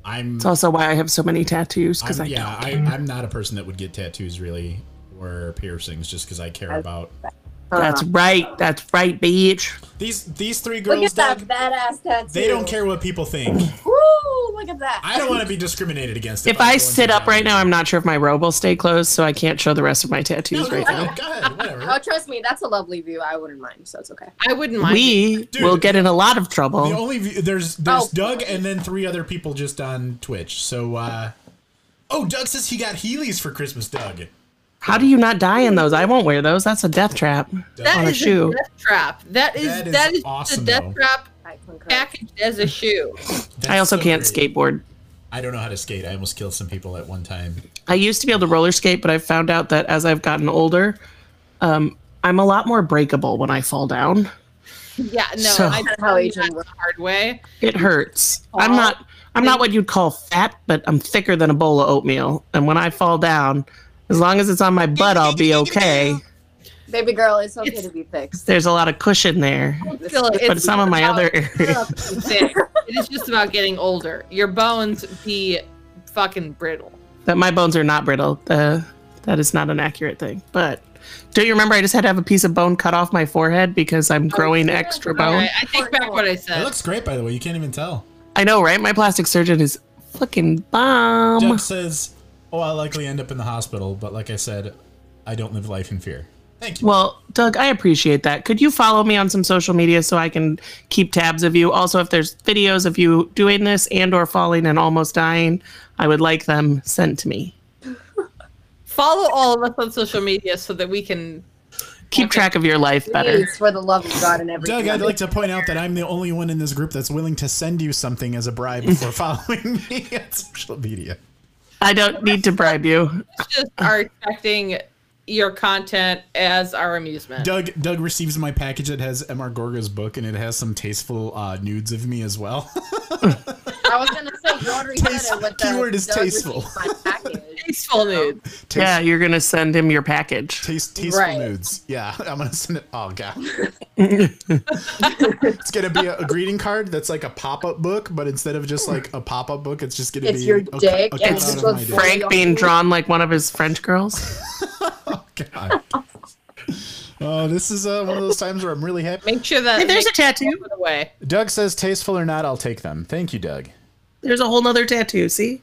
Speaker 2: I'm
Speaker 9: It's also why I have so many tattoos because I
Speaker 2: I'm-
Speaker 9: don't
Speaker 2: yeah, I, I'm not a person that would get tattoos really or piercings just because I care about
Speaker 9: That's right. That's right, bitch.
Speaker 2: these these three
Speaker 5: Look
Speaker 2: girls.
Speaker 5: at that
Speaker 2: Doug,
Speaker 5: badass tattoo.
Speaker 2: they don't care what people think.
Speaker 5: Woo, look at that.
Speaker 2: I don't want to be discriminated against.
Speaker 9: If I
Speaker 2: go
Speaker 9: sit
Speaker 2: into
Speaker 9: up right
Speaker 2: comedy.
Speaker 9: now, I'm not sure if my robe will stay closed, so I can't show the rest of my tattoos right
Speaker 2: Go
Speaker 9: now.
Speaker 2: ahead, go ahead,
Speaker 5: Oh,
Speaker 2: whatever.
Speaker 5: trust me, that's a lovely view. I wouldn't mind, so it's okay.
Speaker 4: I wouldn't mind.
Speaker 9: We
Speaker 2: Dude.
Speaker 9: will get in a lot of trouble.
Speaker 2: The only view- there's there's
Speaker 5: Oh.
Speaker 2: Doug and then three other people just on Twitch. So uh oh, Doug says he got Heelys for Christmas. Doug,
Speaker 9: How do you not die in those? I won't wear those. That's a death trap.
Speaker 4: That
Speaker 9: on a
Speaker 4: is
Speaker 9: shoe.
Speaker 4: a death trap. That is
Speaker 2: That is
Speaker 4: that is,
Speaker 2: awesome,
Speaker 4: the death
Speaker 2: though.
Speaker 4: trap
Speaker 5: I concur.
Speaker 4: packaged as a shoe.
Speaker 9: I also
Speaker 2: so
Speaker 9: can't
Speaker 2: great.
Speaker 9: skateboard.
Speaker 2: I don't know how to skate. I almost killed some people at one time.
Speaker 9: I used to be able to roller skate, but I've found out that as I've gotten older, um, I'm a lot more breakable when I fall down.
Speaker 4: Yeah, no,
Speaker 9: So-
Speaker 4: I
Speaker 5: That's how
Speaker 4: learned
Speaker 5: aging
Speaker 4: that
Speaker 5: works.
Speaker 4: the hard way.
Speaker 9: It hurts. I'm not. I'm not what you'd call fat, but I'm thicker than a bowl of oatmeal. And when I fall down, as long as it's on my butt, I'll be okay.
Speaker 5: Baby girl, it's okay
Speaker 4: It's-
Speaker 5: to be fixed.
Speaker 9: There's a lot of cushion there,
Speaker 4: Still,
Speaker 9: but some of my
Speaker 4: about-
Speaker 9: other areas.
Speaker 4: it is just about getting older. Your bones be fucking brittle.
Speaker 9: that my bones are not brittle. Uh, that is not an accurate thing. But do you remember I just had to have a piece of bone cut off my forehead because I'm growing
Speaker 5: Oh, yeah.
Speaker 9: extra
Speaker 5: All
Speaker 9: bone?
Speaker 4: Alright, I take back what I
Speaker 2: It
Speaker 4: said.
Speaker 2: looks great, by the way. You can't even tell.
Speaker 9: I know, right? My plastic surgeon is fucking bomb.
Speaker 2: Doug says, "Oh, I'll likely end up in the hospital, but like I said, I don't live life in fear." Thank you.
Speaker 9: Well, Doug, I appreciate that. Could you follow me on some social media so I can keep tabs of you? Also, if there's videos of you doing this and or falling and almost dying, I would like them sent to me.
Speaker 4: Follow all of us on social media so that we can.
Speaker 9: Keep track of your life better.
Speaker 5: Please, for the love of God and everything.
Speaker 2: Doug, I'd like to point out that I'm the only one in this group that's willing to send you something as a bribe for following me on social media.
Speaker 9: I don't need to bribe you.
Speaker 4: Just are expecting your content as our amusement.
Speaker 2: Doug Doug receives my package that has Mr. Gorga's book and it has some tasteful uh, nudes of me as well.
Speaker 5: I was gonna say you already
Speaker 2: Taste-
Speaker 5: said it with the
Speaker 2: keyword is
Speaker 5: Doug
Speaker 2: tasteful.
Speaker 5: received My package.
Speaker 4: Tasteful nudes.
Speaker 2: Taste-
Speaker 9: Yeah, you're gonna send him your package.
Speaker 2: Taste, tasteful
Speaker 5: Right.
Speaker 2: nudes. Yeah, I'm gonna send it. Oh god, it's gonna be a, a greeting card that's like a pop-up book, but instead of just like a pop-up book, it's just gonna
Speaker 5: It's
Speaker 2: be
Speaker 5: your
Speaker 2: a,
Speaker 5: dick
Speaker 2: A, a
Speaker 5: and
Speaker 2: cut
Speaker 5: just
Speaker 2: out
Speaker 5: a
Speaker 2: of my dick.
Speaker 5: fra-
Speaker 9: Frank being drawn like one of his French girls.
Speaker 2: God. Oh, this is uh, one of those times where I'm really happy.
Speaker 4: Make sure that
Speaker 9: Hey, there's a
Speaker 4: make sure
Speaker 9: tattoo.
Speaker 4: that goes away.
Speaker 2: Doug says, "Tasteful or not, I'll take them." Thank you, Doug.
Speaker 9: There's a whole nother tattoo. See,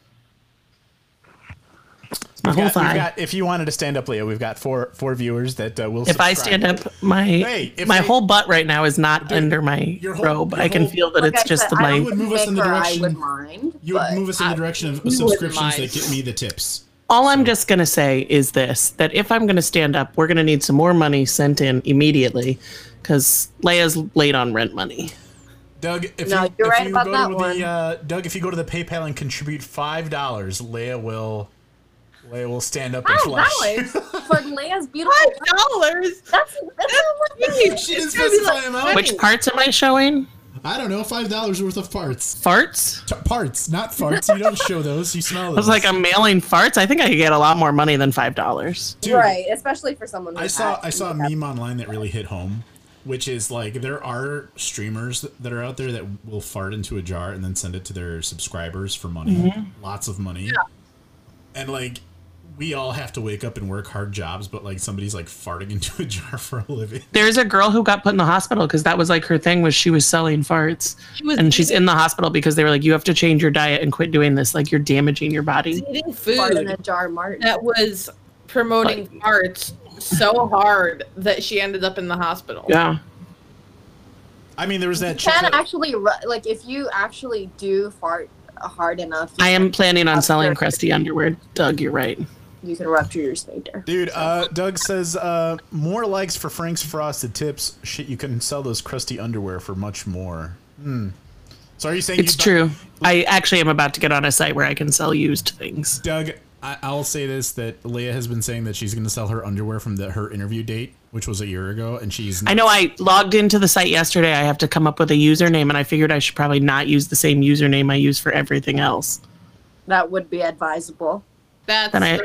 Speaker 9: it's my whole
Speaker 2: We've got- we've
Speaker 9: thigh.
Speaker 2: got- if you wanted to stand up, Leah, we've got four four viewers that uh, will.
Speaker 9: if I
Speaker 2: subscribe.
Speaker 9: stand up, my
Speaker 2: Hey, if
Speaker 9: my
Speaker 2: they-
Speaker 9: whole butt right now is not under my
Speaker 2: your whole-
Speaker 9: robe.
Speaker 2: your
Speaker 9: I can
Speaker 2: whole-
Speaker 9: feel that
Speaker 5: Like
Speaker 9: it's
Speaker 5: I
Speaker 9: just
Speaker 5: said,
Speaker 9: the
Speaker 5: I
Speaker 9: my.
Speaker 2: would move us in
Speaker 5: Make
Speaker 2: the
Speaker 5: her, I
Speaker 2: direction-
Speaker 5: would mind.
Speaker 2: You would
Speaker 5: but
Speaker 2: move us
Speaker 9: uh,
Speaker 2: in the direction of
Speaker 4: wouldn't
Speaker 2: subscriptions
Speaker 4: mind.
Speaker 2: that get me the tips.
Speaker 9: All I'm just gonna say is this: that if I'm gonna stand up, we're gonna need some more money sent in immediately, because Leia's late on rent money.
Speaker 2: Doug, if
Speaker 5: No,
Speaker 2: you,
Speaker 5: you're
Speaker 2: if
Speaker 5: right
Speaker 2: you
Speaker 5: about
Speaker 2: go
Speaker 5: that
Speaker 2: to
Speaker 5: one.
Speaker 2: the uh, Doug, if you go to the PayPal and contribute five dollars, Leia will Leia will stand up and
Speaker 5: Five
Speaker 2: flush.
Speaker 5: dollars for Leah's beautiful.
Speaker 4: Five dollars.
Speaker 5: That's that's not what it is.
Speaker 2: She didn't specify amount.
Speaker 9: Which parts am I showing?
Speaker 2: I don't know, five dollars worth of parts.
Speaker 9: Farts?
Speaker 2: T- parts, not farts. You don't show those. You smell those.
Speaker 9: I was like, I'm mailing farts. I think I could get a lot more money than five dollars.
Speaker 2: Dude,
Speaker 5: right, especially for someone.
Speaker 2: I
Speaker 5: who's
Speaker 2: saw
Speaker 5: hot.
Speaker 2: I saw a meme online that really hit home, which is like there are streamers that are out there that will fart into a jar and then send it to their subscribers for money,
Speaker 5: Mm-hmm.
Speaker 2: lots of money, and like we all have to wake up and work hard jobs, but like somebody's like farting into a jar for a living.
Speaker 9: There's a girl who got put in the hospital because that was like her thing was she was selling farts,
Speaker 4: She was
Speaker 9: and she's in the hospital because they were like, you have to change your diet and quit doing this. Like you're damaging your body.
Speaker 4: eating
Speaker 5: Fart in
Speaker 4: food
Speaker 5: a jar, Martin.
Speaker 4: that was promoting farts so hard that she ended up in the hospital.
Speaker 9: Yeah.
Speaker 2: I mean, there was that.
Speaker 5: you
Speaker 2: chick
Speaker 5: can
Speaker 2: that-
Speaker 5: actually ru- like if you actually do fart hard enough. You
Speaker 9: I am planning on selling
Speaker 5: Upstairs.
Speaker 9: crusty underwear. Doug, you're right.
Speaker 5: you can rupture your sphincter.
Speaker 2: Dude, uh, Doug says uh, more likes for Frank's frosted tips. Shit, you can sell those crusty underwear for much more. Hmm. So are you saying
Speaker 3: It's
Speaker 2: you bu-
Speaker 3: true. I actually am about to get on a site where I can sell used things.
Speaker 2: Doug, I, I'll say this: that Leia has been saying that she's going to sell her underwear from the, her interview date, which was a year ago, and she's.
Speaker 3: I know I logged into the site yesterday. I have to come up with a username, and I figured I should probably not use the same username I use for everything else.
Speaker 5: That would be advisable.
Speaker 4: That's
Speaker 3: Then I-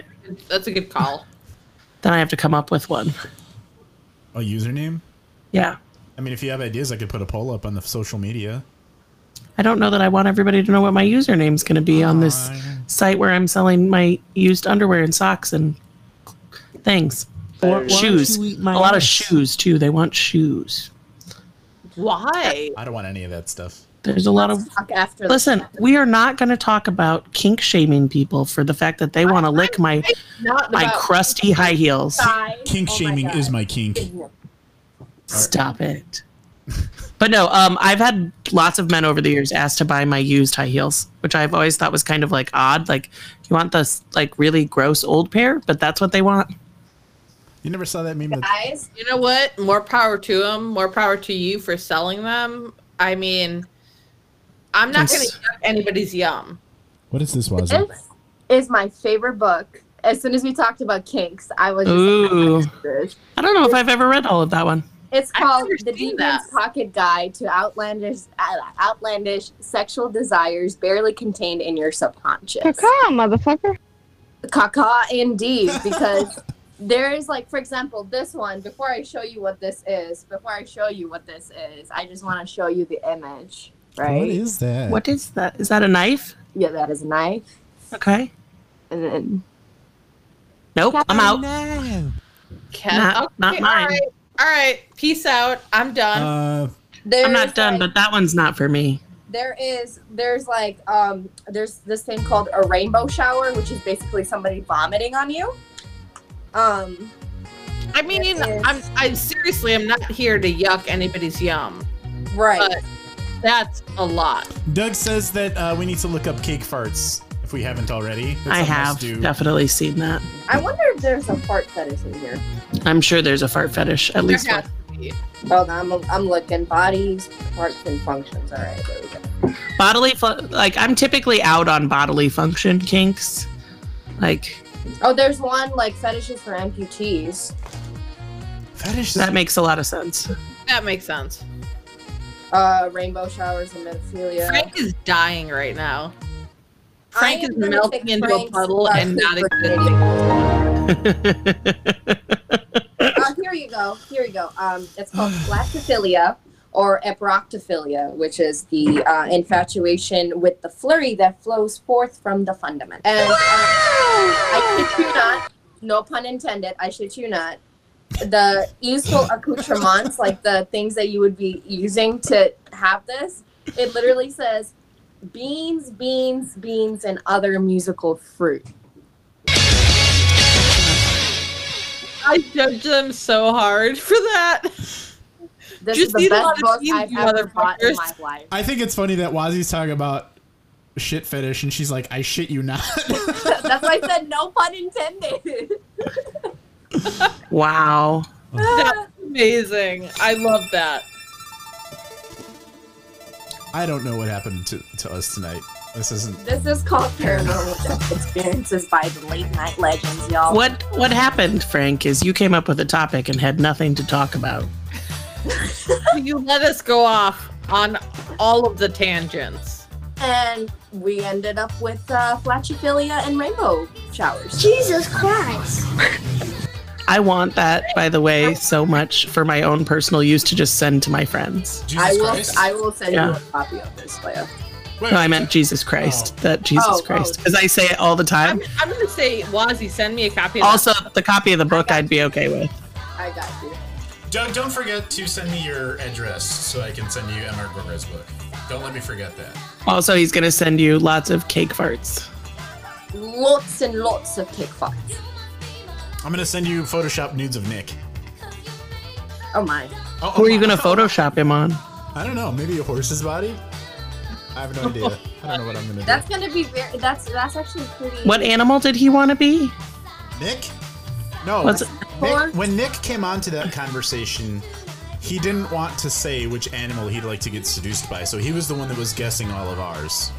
Speaker 4: that's a good call.
Speaker 3: Then I have to come up with one.
Speaker 2: a username.
Speaker 3: Yeah.
Speaker 2: I mean, if you have ideas, I could put a poll up on the social media.
Speaker 3: I don't know that I want everybody to know what my username's going to be on this site where I'm selling my used underwear and socks and things. Or shoes. A lot of shoes, too. They want shoes.
Speaker 4: Why?
Speaker 2: I don't want any of that stuff.
Speaker 3: There's a lot of.
Speaker 5: Talk after the
Speaker 3: Listen,
Speaker 5: fact.
Speaker 3: we are not going to talk about kink shaming people for the fact that they want to lick my
Speaker 4: Not
Speaker 3: my
Speaker 4: about
Speaker 3: crusty high heels.
Speaker 5: Bye.
Speaker 2: Kink
Speaker 5: Oh my
Speaker 2: shaming
Speaker 5: God.
Speaker 2: is my kink.
Speaker 3: Stop it. But no, um, I've had lots of men over the years ask to buy my used high heels, which I've always thought was kind of like odd. Like, you want this like really gross old pair, but that's what they want.
Speaker 2: You never saw that meme. That,
Speaker 5: Guys,
Speaker 4: You know what? More power to them. More power to you for selling them. I mean, I'm not going to
Speaker 3: Yes.
Speaker 4: yuck anybody's yum.
Speaker 2: what is this, was?
Speaker 5: this is my favorite book. As soon as we talked about kinks, I was just
Speaker 3: Ooh.
Speaker 5: Like,
Speaker 3: I don't know if I've ever read all of that one.
Speaker 5: It's
Speaker 4: I've
Speaker 5: called
Speaker 4: never
Speaker 5: The
Speaker 4: seen
Speaker 5: Deviant's
Speaker 4: that.
Speaker 5: Pocket Guide to Outlandish uh, Outlandish Sexual Desires Barely Contained in Your Subconscious.
Speaker 11: Caca, motherfucker.
Speaker 5: Caca indeed, because there is like, for example, this one. Before I show you what this is, before I show you what this is, I just want to show you the image, right?
Speaker 2: What is that?
Speaker 3: What is that? Is that a knife?
Speaker 5: yeah, that is a knife,
Speaker 3: Okay.
Speaker 5: and then
Speaker 3: Nope, I'm out.
Speaker 4: Ken-
Speaker 3: Not- not mine.
Speaker 4: All right. All right. Peace out. I'm done.
Speaker 2: Uh,
Speaker 5: there's
Speaker 3: I'm not done, but
Speaker 5: like,
Speaker 3: that one's not for me.
Speaker 5: there is there's like um there's this thing called a rainbow shower, which is basically somebody vomiting on you. Um,
Speaker 4: I mean,
Speaker 5: It is.
Speaker 4: I'm, I'm seriously, I'm not here to yuck anybody's yum.
Speaker 5: right.
Speaker 4: But- That's a lot.
Speaker 2: Doug says that uh, we need to look up cake farts if we haven't already. That's
Speaker 3: I
Speaker 2: a
Speaker 3: have
Speaker 2: must do.
Speaker 3: definitely seen that.
Speaker 5: I wonder if there's a fart fetish in here.
Speaker 3: I'm sure there's a fart fetish, at least
Speaker 4: There
Speaker 3: one.
Speaker 4: has to be.
Speaker 5: Hold on, I'm, I'm looking. Bodies, parts, and functions. All right, there we go.
Speaker 3: bodily fu- like i'm typically out on bodily function kinks like
Speaker 5: Oh, there's one like fetishes for amputees.
Speaker 2: Fetish.
Speaker 3: that makes a lot of sense
Speaker 4: That makes sense.
Speaker 5: Uh, rainbow showers and pedophilia.
Speaker 4: Frank is dying right now.
Speaker 5: I
Speaker 4: Frank
Speaker 5: am
Speaker 4: is
Speaker 5: gonna
Speaker 4: melting
Speaker 5: take
Speaker 4: into a
Speaker 5: Frank's
Speaker 4: puddle
Speaker 5: stuff
Speaker 4: and not
Speaker 5: for
Speaker 4: existing.
Speaker 5: Uh, here you go. Here you go. Um, it's called lactophilia or eproctophilia, which is the uh, infatuation with the flurry that flows forth from the fundament. And uh, I shit you not, no pun intended. I shit you not. The useful accoutrements, like the things that you would be using to have this, it literally says beans, beans, beans, and other musical fruit.
Speaker 4: I judge them so hard for that.
Speaker 5: This
Speaker 4: Just
Speaker 5: is the
Speaker 4: need a
Speaker 5: best
Speaker 4: lot of
Speaker 5: book
Speaker 4: beans,
Speaker 5: I've
Speaker 4: you
Speaker 5: ever bought in my
Speaker 4: motherfuckers.
Speaker 5: life.
Speaker 2: I think it's funny that Wazzy's talking about shit fetish, and she's like, "I shit you not."
Speaker 5: That's why I said no pun intended.
Speaker 3: wow
Speaker 4: That's amazing. I love that.
Speaker 2: I don't know what happened to, to us tonight. This isn't.
Speaker 5: this is called Paranormal Death Experiences by the Late Night Legends, y'all.
Speaker 3: what what happened frank is you came up with a topic and had nothing to talk about
Speaker 4: You let us go off on all of the tangents.
Speaker 5: And we ended up with uh, flatulophilia and rainbow showers.
Speaker 11: Jesus Christ.
Speaker 3: i want that by the way so much for my own personal use to just send to my friends
Speaker 5: I will. I will send you
Speaker 3: Yeah.
Speaker 5: a copy of this, Leia.
Speaker 3: no i meant jesus christ that jesus
Speaker 5: Oh, oh.
Speaker 3: christ because i say it all the time
Speaker 4: I'm, I'm going to say, Wazzy, send me a copy of that.
Speaker 3: also the copy of the book i'd be okay with
Speaker 5: I got you.
Speaker 8: Doug, don't forget to send me your address so I can send you Mr. Gorga's book. Don't let me forget that.
Speaker 3: also he's going to send you lots of cake farts
Speaker 5: Lots and lots of kick farts.
Speaker 2: I'm gonna send you Photoshop nudes of Nick.
Speaker 5: Oh my!
Speaker 2: Oh,
Speaker 3: who are you
Speaker 2: my-
Speaker 3: going to photoshop him on
Speaker 2: I don't know. Maybe a horse's body. I have no idea. I don't know what I'm gonna do.
Speaker 5: That's gonna be very. That's that's actually pretty.
Speaker 3: What animal did he want to be?
Speaker 2: Nick? No.
Speaker 3: What's-
Speaker 2: Nick,
Speaker 5: Or-
Speaker 2: when Nick came on to that conversation, He didn't want to say which animal he'd like to get seduced by, so he was the one that was guessing all of ours.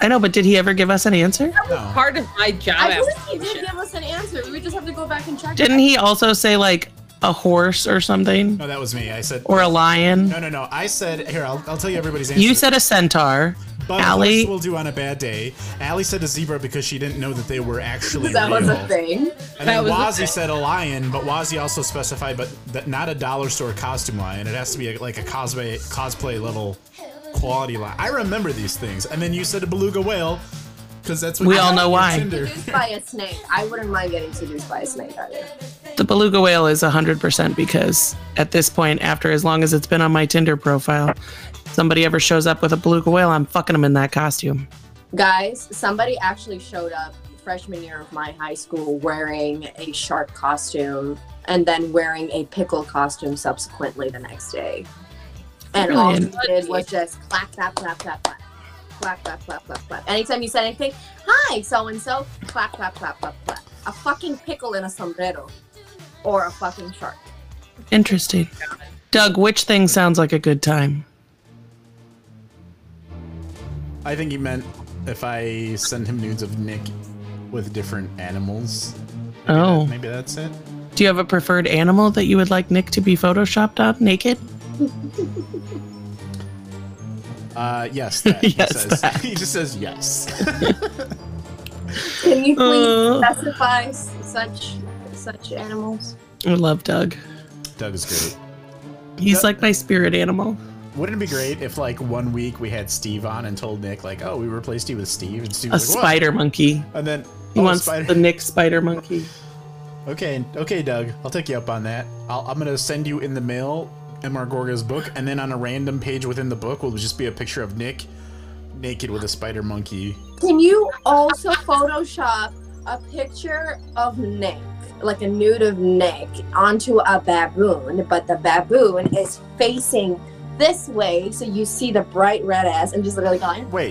Speaker 3: I know, but did he ever give us an answer?
Speaker 2: No.
Speaker 4: Part of my job.
Speaker 5: I believe he
Speaker 4: application.
Speaker 5: did give us an answer. We just have to go back and check.
Speaker 3: Didn't he also say like a horse or something
Speaker 2: No, that was me. I said.
Speaker 3: or a lion?
Speaker 2: No, no, no. I said. Here, I'll, I'll tell you everybody's answer.
Speaker 3: You said a centaur.
Speaker 2: But
Speaker 3: Allie-
Speaker 2: horse will do on a bad day. Allie said a zebra because she didn't know that they were actually
Speaker 5: That
Speaker 2: real.
Speaker 5: was a thing.
Speaker 2: And then
Speaker 4: That was a
Speaker 2: Wazzy
Speaker 4: thing.
Speaker 2: said a lion, but Wazzy also specified, but that not a dollar store costume lion. It has to be like a cosplay cosplay level quality lion. I remember these things. And then you said a beluga whale, because that's what
Speaker 3: We
Speaker 2: you
Speaker 3: all
Speaker 2: got
Speaker 3: know
Speaker 2: on your
Speaker 3: why.
Speaker 2: Tinder.
Speaker 5: Seduced by a snake. I wouldn't mind getting seduced by a snake either.
Speaker 3: The beluga whale is 100% because at this point, after as long as it's been on my Tinder profile, somebody ever shows up with a beluga whale, I'm fucking them in that costume.
Speaker 5: Guys, somebody actually showed up freshman year of my high school wearing a shark costume and then wearing a pickle costume subsequently the next day. And all she
Speaker 3: Brilliant.
Speaker 5: did was just clap, clap, clap, clap, clap. Clap, clap, clap, clap, clap. Anytime you said anything, hi, so and so, clap, clap, clap, clap, clap. A fucking pickle in a sombrero or a fucking shark.
Speaker 3: Interesting. Doug, which thing sounds like a good time?
Speaker 2: I think he meant if I send him nudes of Nick with different animals.
Speaker 3: Oh,
Speaker 2: Maybe that's it.
Speaker 3: do you have a preferred animal that you would like Nick to be photoshopped on naked?
Speaker 2: Uh, yes. That, he,
Speaker 3: Yes,
Speaker 2: says.
Speaker 3: that.
Speaker 2: he just says yes.
Speaker 5: Can you please
Speaker 3: Uh.
Speaker 5: specify s- such such animals?
Speaker 3: I love Doug.
Speaker 2: Doug is great.
Speaker 3: He's like my spirit animal.
Speaker 2: Wouldn't it be great if, like, one week we had Steve on and told Nick, like, oh, we replaced you with Steve? And Steve
Speaker 3: A
Speaker 2: was like, "What?"
Speaker 3: spider monkey.
Speaker 2: And then
Speaker 3: He
Speaker 2: oh,
Speaker 3: wants
Speaker 2: spider.
Speaker 3: the Nick spider monkey.
Speaker 2: Okay, okay, Doug. I'll take you up on that. I'll, I'm gonna send you in the mail Mr. Gorga's book, and then on a random page within the book will just be a picture of Nick naked with a spider monkey.
Speaker 5: Can you also Photoshop a picture of Nick, like a nude of Nick, onto a baboon, but the baboon is facing this way, so you see the bright red ass, and just literally going,
Speaker 2: Wait,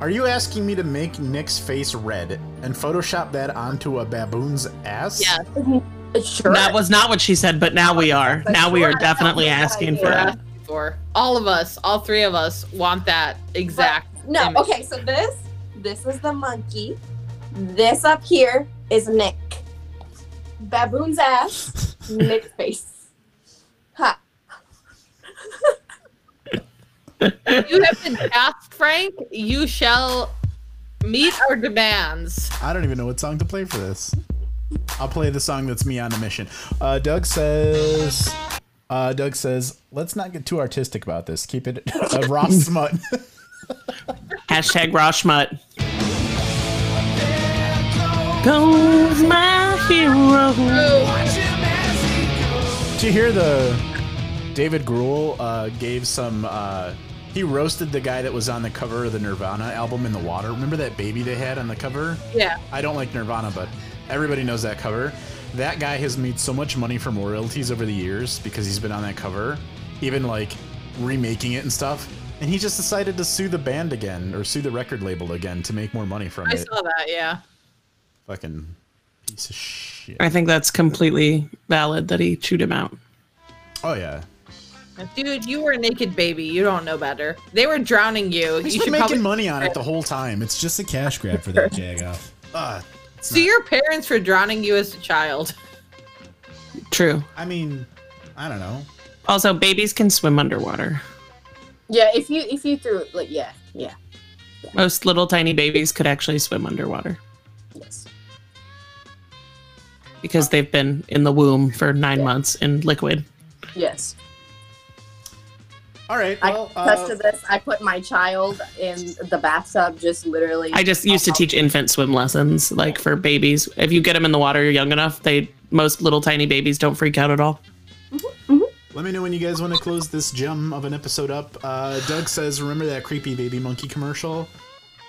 Speaker 2: are you asking me to make Nick's face red and Photoshop that onto a baboon's ass?
Speaker 4: Yeah.
Speaker 5: sure.
Speaker 3: That was not what she said, but now we are.
Speaker 5: But
Speaker 3: now we are
Speaker 5: sure, that's
Speaker 3: definitely
Speaker 5: a good
Speaker 3: asking for
Speaker 4: We're
Speaker 5: idea.
Speaker 3: that.
Speaker 4: asking for. All of us, all three of us, want that exact.
Speaker 5: no,
Speaker 4: image.
Speaker 5: okay, so this, this is the monkey. This up here is Nick. Baboon's ass, Nick face. Ha.
Speaker 4: You have been asked, Frank. You shall meet our demands.
Speaker 2: I don't even know what song to play for this. I'll play the song that's me on a mission. Uh, Doug says, uh, Doug says, let's not get too artistic about this. Keep it a raw smut.
Speaker 3: Hashtag raw schmut. Goes my hero.
Speaker 2: Did you hear the David Gruel uh, gave some? Uh, he roasted the guy that was on the cover of the Nirvana album in the water. Remember that baby they had on the cover?
Speaker 4: Yeah.
Speaker 2: I don't like Nirvana, but everybody knows that cover. That guy has made so much money from royalties over the years because he's been on that cover, even like remaking it and stuff. And he just decided to sue the band again or sue the record label again to make more money from
Speaker 4: I
Speaker 2: it.
Speaker 4: saw that. Yeah.
Speaker 2: Fucking piece of shit.
Speaker 3: I think that's completely valid that he chewed him out.
Speaker 2: Oh yeah.
Speaker 4: Dude, you were a naked baby. You don't know better. They were drowning you.
Speaker 2: He's
Speaker 4: you
Speaker 2: been making money on it the whole time. It's just a cash grab for that jagoff. Ah,
Speaker 4: So your parents were drowning you as a child.
Speaker 3: True.
Speaker 2: I mean, I don't know.
Speaker 3: Also, babies can swim underwater.
Speaker 5: Yeah, if you if you threw like yeah, yeah,
Speaker 3: Most little tiny babies could actually swim underwater
Speaker 5: yes.
Speaker 3: because they've been in the womb for nine months in liquid.
Speaker 5: Yes.
Speaker 2: All right.
Speaker 5: I
Speaker 2: Well,
Speaker 5: attest
Speaker 2: uh,
Speaker 5: to this. I put my child in the bathtub, just literally.
Speaker 3: I just used to teach infant swim lessons, like for babies. If you get them in the water young enough, they most little tiny babies don't freak out at all.
Speaker 2: let me know when you guys want to close this gem of an episode up. Uh, Doug says, "Remember that creepy baby monkey commercial?"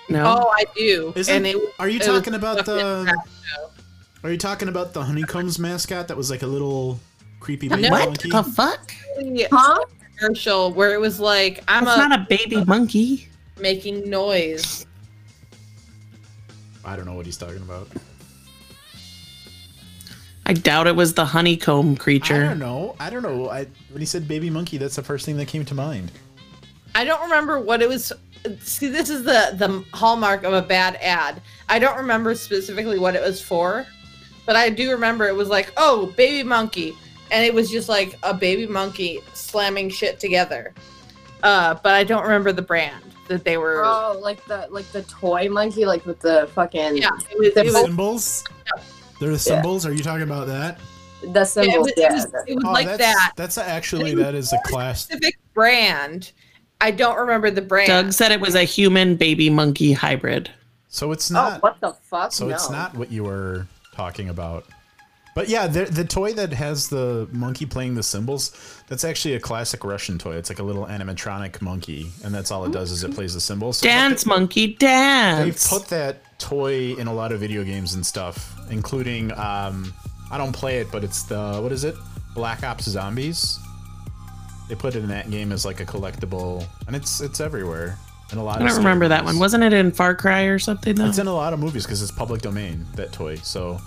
Speaker 3: No.
Speaker 4: Oh, I do.
Speaker 2: Isn't-
Speaker 4: and it,
Speaker 2: Are you
Speaker 4: it was
Speaker 2: talking about
Speaker 4: fucking
Speaker 2: the? um,
Speaker 4: crap show.
Speaker 2: Are you talking about the honeycombs mascot that was like a little creepy baby
Speaker 4: No.
Speaker 3: what
Speaker 2: monkey?
Speaker 3: the fuck?
Speaker 4: The
Speaker 5: Huh?
Speaker 4: commercial where it was like, I'm
Speaker 3: That's
Speaker 4: a,
Speaker 3: not a baby monkey.
Speaker 4: making noise.
Speaker 2: I don't know what he's talking about.
Speaker 3: I I doubt it was the honeycomb
Speaker 2: I
Speaker 3: creature.
Speaker 2: don't know. I don't know. I, when he said baby monkey, that's the first thing that came to mind.
Speaker 4: I don't remember what it was. See, this is the the hallmark of a bad ad. I don't remember specifically what it was for, but I do remember it was like, "Oh, baby monkey," and it was just like a baby monkey slamming shit together. Uh, but I don't remember the brand that they were.
Speaker 5: Oh, like the like the toy monkey, like with the fucking
Speaker 4: yeah, it was. It
Speaker 5: The
Speaker 4: was,
Speaker 2: Symbols? There are symbols? Are you talking about that?
Speaker 5: the
Speaker 4: it
Speaker 5: symbols.
Speaker 4: was, it
Speaker 5: Yeah,
Speaker 4: was, it was
Speaker 2: Oh,
Speaker 4: like
Speaker 2: that's,
Speaker 4: that
Speaker 2: That's a- actually, that is a class.
Speaker 4: specific brand. I don't remember the brand.
Speaker 3: Doug said it was a human baby monkey hybrid.
Speaker 2: So it's
Speaker 5: oh,
Speaker 2: not.
Speaker 5: what the fuck?
Speaker 2: So
Speaker 5: no.
Speaker 2: it's not what you were talking about. But yeah, the, the toy that has the monkey playing the cymbals, that's actually a classic Russian toy. It's like a little animatronic monkey, and that's all it does is it plays the cymbals. So
Speaker 3: Dance monkey
Speaker 2: They
Speaker 3: dance.
Speaker 2: put that toy in a lot of video games and stuff, including um, I don't play it, but it's the what is it? Black Ops Zombies. They put it in that game as like a collectible, and it's it's everywhere. And a lot.
Speaker 3: I
Speaker 2: of
Speaker 3: don't remember that one.
Speaker 2: movies.
Speaker 3: Wasn't it in Far Cry or something though?
Speaker 2: It's in a lot of movies because it's public domain. That toy, so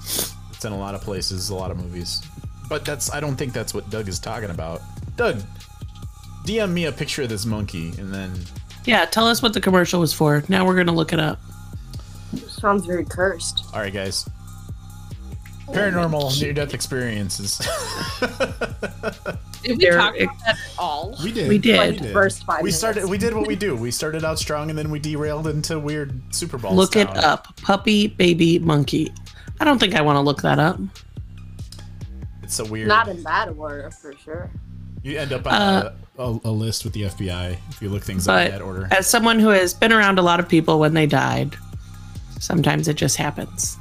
Speaker 2: it's in a lot of places, a lot of movies. But that's I don't think that's what Doug is talking about. Doug, DM me a picture of this monkey, and then
Speaker 3: yeah, tell us what the commercial was for. Now we're gonna look it up.
Speaker 5: Sounds very cursed.
Speaker 2: all right, guys.
Speaker 3: Oh,
Speaker 2: Paranormal near-death experiences.
Speaker 4: Did we
Speaker 3: They're-
Speaker 4: talk about that at all?
Speaker 2: We did.
Speaker 3: We
Speaker 5: Like
Speaker 3: did.
Speaker 5: the first five.
Speaker 2: We
Speaker 5: minutes.
Speaker 2: started. We did what we do. We started out strong, and then we derailed into weird Super Bowl.
Speaker 3: Look it
Speaker 2: style.
Speaker 3: up. Puppy baby monkey. I don't think I want to look that up.
Speaker 2: It's a weird.
Speaker 5: Not in that order for sure.
Speaker 2: you end up on
Speaker 3: Uh,
Speaker 2: a, a, a list with the FBI if you look things up in
Speaker 3: But
Speaker 2: that order.
Speaker 3: as someone who has been around a lot of people when they died, sometimes it just happens.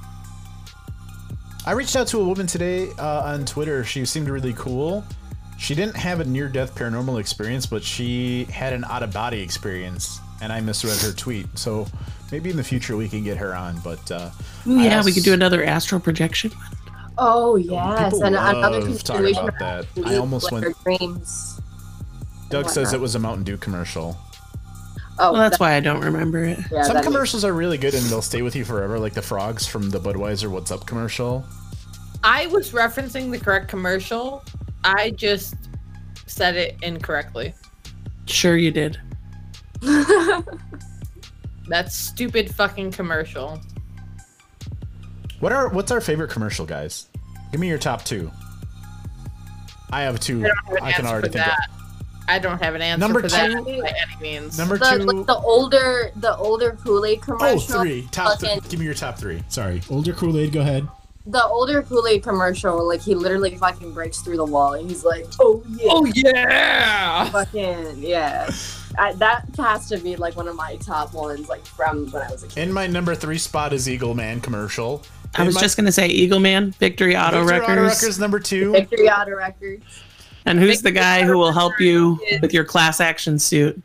Speaker 2: I reached out to a woman today uh, on Twitter. She seemed really cool. She didn't have a near-death paranormal experience, but she had an out-of-body experience, and I misread her tweet. So maybe in the future we can get her on. But uh,
Speaker 3: Ooh,
Speaker 2: I
Speaker 3: yeah, we could do
Speaker 2: als-
Speaker 3: another astral projection.
Speaker 5: Oh yes,
Speaker 2: People
Speaker 5: and another
Speaker 2: love talking
Speaker 5: continuation
Speaker 2: about
Speaker 5: of
Speaker 2: that. I
Speaker 5: sleep,
Speaker 2: almost
Speaker 5: like
Speaker 2: went.
Speaker 5: our dreams.
Speaker 2: Doug says
Speaker 5: whatnot.
Speaker 2: it was a Mountain Dew commercial.
Speaker 5: Oh,
Speaker 3: Well, that's why I don't remember it.
Speaker 5: yeah,
Speaker 2: Some
Speaker 5: that makes-
Speaker 2: commercials are really good and they'll stay with you forever, like the frogs from the Budweiser What's Up commercial.
Speaker 4: I was referencing the correct commercial. I just said it incorrectly.
Speaker 3: Sure, you did.
Speaker 4: That stupid fucking commercial.
Speaker 2: What are what's our favorite commercial, guys? Give me your top two. I have two.
Speaker 4: I don't have an
Speaker 2: I can
Speaker 4: answer
Speaker 2: already
Speaker 4: for
Speaker 2: think.
Speaker 4: that. I don't have an answer
Speaker 2: Number
Speaker 4: for that
Speaker 2: two-
Speaker 4: by any means.
Speaker 2: Of. Number
Speaker 5: the,
Speaker 2: two.
Speaker 5: like, the older the older Kool-Aid
Speaker 2: oh,
Speaker 5: commercial.
Speaker 2: three. Top. Th-
Speaker 5: fucking-
Speaker 2: give me your top three.
Speaker 9: Sorry. Older Kool Aid, go ahead.
Speaker 5: the older Kool-Aid commercial, like he literally fucking breaks through the wall and he's like, "Oh yeah,
Speaker 4: oh yeah.
Speaker 5: fucking yeah." I, that has to be like one of my top ones, like from when I was a kid.
Speaker 2: In my number three spot is Eagle Man commercial.
Speaker 3: I
Speaker 2: In
Speaker 3: was
Speaker 2: my-
Speaker 3: just gonna say Eagle Man, Victory Auto
Speaker 2: Victor Auto
Speaker 3: Wreckers,
Speaker 2: Wreckers number two.
Speaker 5: Victory Auto Records.
Speaker 3: and who's the
Speaker 4: Victory
Speaker 3: guy
Speaker 4: Auto
Speaker 3: who will help you
Speaker 4: Wreckers.
Speaker 3: with your class action suit?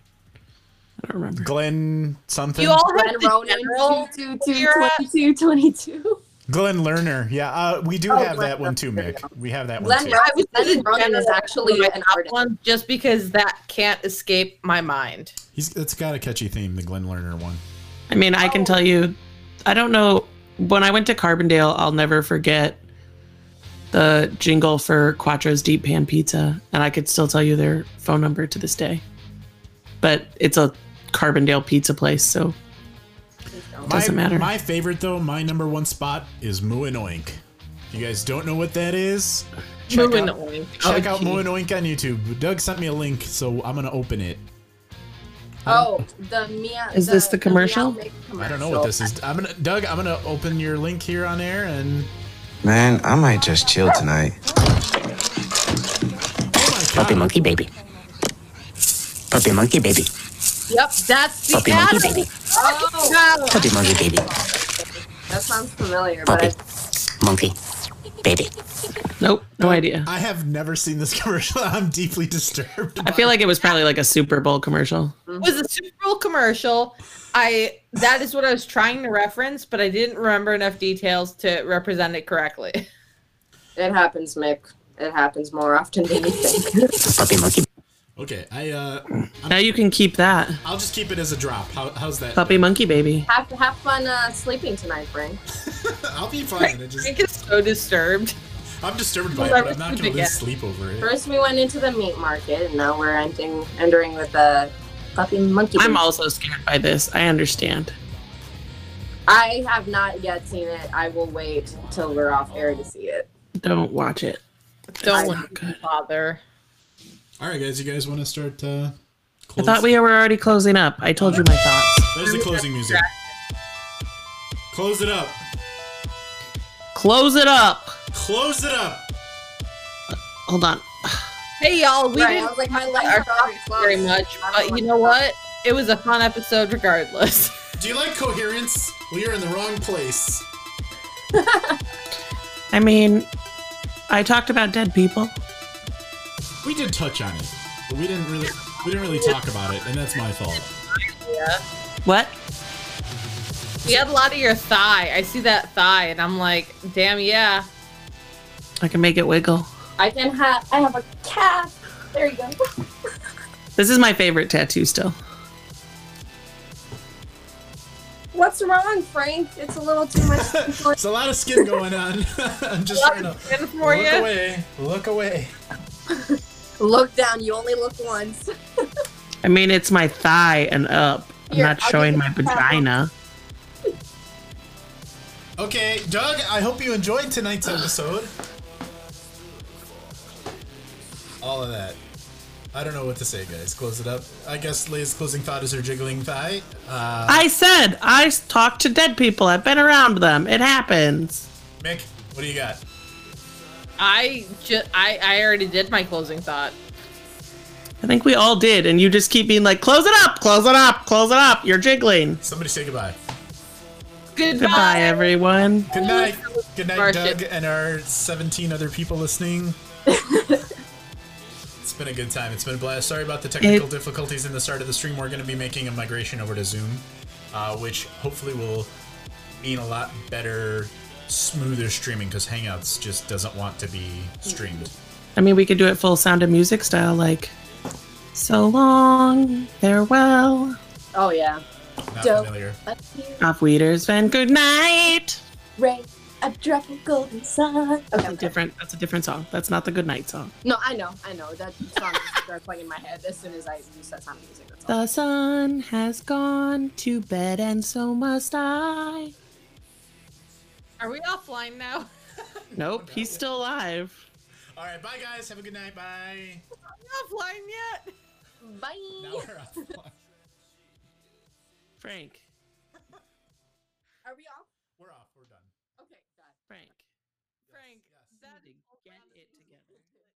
Speaker 3: I don't remember.
Speaker 2: Glenn something.
Speaker 4: You all have
Speaker 5: Red
Speaker 4: the
Speaker 5: Ronin,
Speaker 4: general.
Speaker 5: 222,
Speaker 4: Sierra.
Speaker 5: 22, 22.
Speaker 2: Glenn Lerner. Yeah, uh, we do
Speaker 5: Oh,
Speaker 2: have
Speaker 5: Glenn
Speaker 2: that one too,
Speaker 5: Lerner.
Speaker 2: Mick. We have that one
Speaker 5: Glenn
Speaker 2: too.
Speaker 4: I was
Speaker 5: Ren
Speaker 4: thinking
Speaker 5: Ronin is
Speaker 4: general
Speaker 5: actually
Speaker 4: my
Speaker 5: an
Speaker 4: top
Speaker 5: artist.
Speaker 4: one just because that can't escape my mind.
Speaker 2: He's that's got a catchy theme, the Glenn Lerner one.
Speaker 3: I mean, I can tell you, I don't know. When I went to Carbondale, I'll never forget the jingle for Quattro's Deep Pan Pizza, and I could still tell you their phone number to this day. But it's a Carbondale pizza place, so Doesn't
Speaker 2: my,
Speaker 3: matter.
Speaker 2: My favorite though, my number one spot is Moo and Oink. If you guys don't know what that is, check
Speaker 4: Moving
Speaker 2: out,
Speaker 4: on.
Speaker 3: Oh,
Speaker 2: check out
Speaker 4: gee.
Speaker 2: Moo and Oink on YouTube. Doug sent me a link, so I'm gonna open it.
Speaker 5: Oh, the Mia.
Speaker 3: Is this the commercial?
Speaker 5: Meow Mix
Speaker 2: I don't know what this is. I'm gonna Doug. I'm gonna open your link here on air, and
Speaker 1: Man, I might just chill tonight.
Speaker 2: oh my god,
Speaker 12: monkey baby. Puppy monkey baby.
Speaker 4: Yep, that's the
Speaker 12: Puppy
Speaker 4: ad.
Speaker 12: monkey baby.
Speaker 4: No.
Speaker 5: Um,
Speaker 12: Puppy monkey baby.
Speaker 5: That sounds familiar, but I,
Speaker 12: Monkey baby.
Speaker 3: nope, no idea.
Speaker 2: I have never seen this commercial. I'm deeply disturbed.
Speaker 3: I feel like it was probably like a Super Bowl commercial.
Speaker 4: was a Super Bowl commercial. I that is what I was trying to reference, but I didn't remember enough details to represent it correctly.
Speaker 5: it happens, Mick. It happens more often than you think.
Speaker 12: Puppy monkey
Speaker 2: Okay, I uh,
Speaker 3: Now you can keep that
Speaker 2: I'll just keep it as a drop. How, how's that?
Speaker 3: puppy monkey baby.
Speaker 5: Have have fun uh, sleeping tonight, Brink.
Speaker 2: I'll be fine. I just,
Speaker 4: Frank is so disturbed.
Speaker 2: I'm disturbed by it,
Speaker 4: Well,
Speaker 2: but I'm not gonna
Speaker 4: yeah.
Speaker 2: lose sleep over it.
Speaker 5: First we went into the meat market, and now we're ending entering with a puppy monkey.
Speaker 3: I'm
Speaker 5: baby.
Speaker 3: also scared by this. I understand.
Speaker 5: I have not yet seen it. I will wait until we're off air to see it.
Speaker 3: Don't watch it.
Speaker 4: Don't
Speaker 3: not good.
Speaker 4: bother.
Speaker 2: All right, guys, you guys want to start? Uh,
Speaker 3: I
Speaker 2: close?
Speaker 3: thought we were already closing up. I told you my thoughts.
Speaker 2: There's the closing music. Close it up.
Speaker 3: Close it up.
Speaker 2: Close it up.
Speaker 3: Hold on.
Speaker 4: Hey y'all, we
Speaker 5: Right, I
Speaker 4: didn't
Speaker 5: was like, my legs
Speaker 4: like
Speaker 5: are
Speaker 4: our
Speaker 5: already
Speaker 4: topic
Speaker 5: closed.
Speaker 4: very much,
Speaker 5: I don't
Speaker 4: but you know
Speaker 5: want
Speaker 4: what? It was a fun episode regardless.
Speaker 2: Do you like coherence? Well, you're in the wrong place.
Speaker 3: I mean, I talked about dead people.
Speaker 2: We did touch on it, but we didn't really we didn't really talk about it, and that's my fault.
Speaker 4: yeah.
Speaker 3: What?
Speaker 4: We had a lot of your thigh. I see that thigh, and I'm like, damn, yeah.
Speaker 3: I can make it wiggle.
Speaker 5: to- I can have. I have a calf. There you go.
Speaker 3: This is my favorite tattoo still.
Speaker 5: What's wrong, Frank? It's a little too much.
Speaker 2: It's a lot of skin going on. I'm just trying to
Speaker 4: Skin
Speaker 2: look
Speaker 4: for you.
Speaker 2: away. Look away.
Speaker 5: look down. You only look once.
Speaker 3: I mean, it's my thigh and up. I'm
Speaker 5: Here,
Speaker 3: not
Speaker 5: I'll
Speaker 3: showing
Speaker 5: give
Speaker 3: my
Speaker 5: you the
Speaker 3: vagina.
Speaker 2: Okay, Doug. I hope you enjoyed tonight's episode. All of that. I don't know what to say, guys. Close it up. I guess Leia's closing thought is her jiggling thigh. Uh,
Speaker 3: I said I s- talked to dead people. I've been around them. It happens.
Speaker 2: Mick, what do you got?
Speaker 4: I just, I, I already did my closing thought.
Speaker 3: I think we all did, and you just keep being like, "Close it up, close it up, close it up." You're jiggling.
Speaker 2: Somebody say goodbye.
Speaker 4: Goodbye.
Speaker 3: Goodbye, everyone.
Speaker 2: Good night. Good night,
Speaker 4: Worship.
Speaker 2: Doug, and our 17 other people listening. it's been a good time. It's been a blast. Sorry about the technical
Speaker 3: It-
Speaker 2: difficulties in the start of the stream. We're going to be making a migration over to Zoom, uh, which hopefully will mean a lot better, smoother streaming because Hangouts just doesn't want to be streamed.
Speaker 3: I mean, we could do it full sound and music style, like "So long, farewell,
Speaker 5: Oh yeah.
Speaker 2: Not
Speaker 5: Dope.
Speaker 2: familiar.
Speaker 5: Up here,
Speaker 3: off weeders, and good night."
Speaker 5: Ray. A drop of golden sun. Okay. I'm done.
Speaker 3: Different. That's a different song. That's not the good night song.
Speaker 5: No, I know, I know. That song just started playing in my head as soon as I used that sound music. That's all.
Speaker 3: The sun has gone to bed, and so must I.
Speaker 4: Are we offline now?
Speaker 3: Nope, he's still alive.
Speaker 2: All right, bye guys. Have a good night. Bye.
Speaker 4: Are we offline yet?
Speaker 5: Bye.
Speaker 2: Now we're offline.
Speaker 3: Frank.
Speaker 5: Are we off?
Speaker 2: We're off. We're done.
Speaker 5: Okay, got it.
Speaker 3: Frank.
Speaker 4: Frank, that
Speaker 3: Get it together.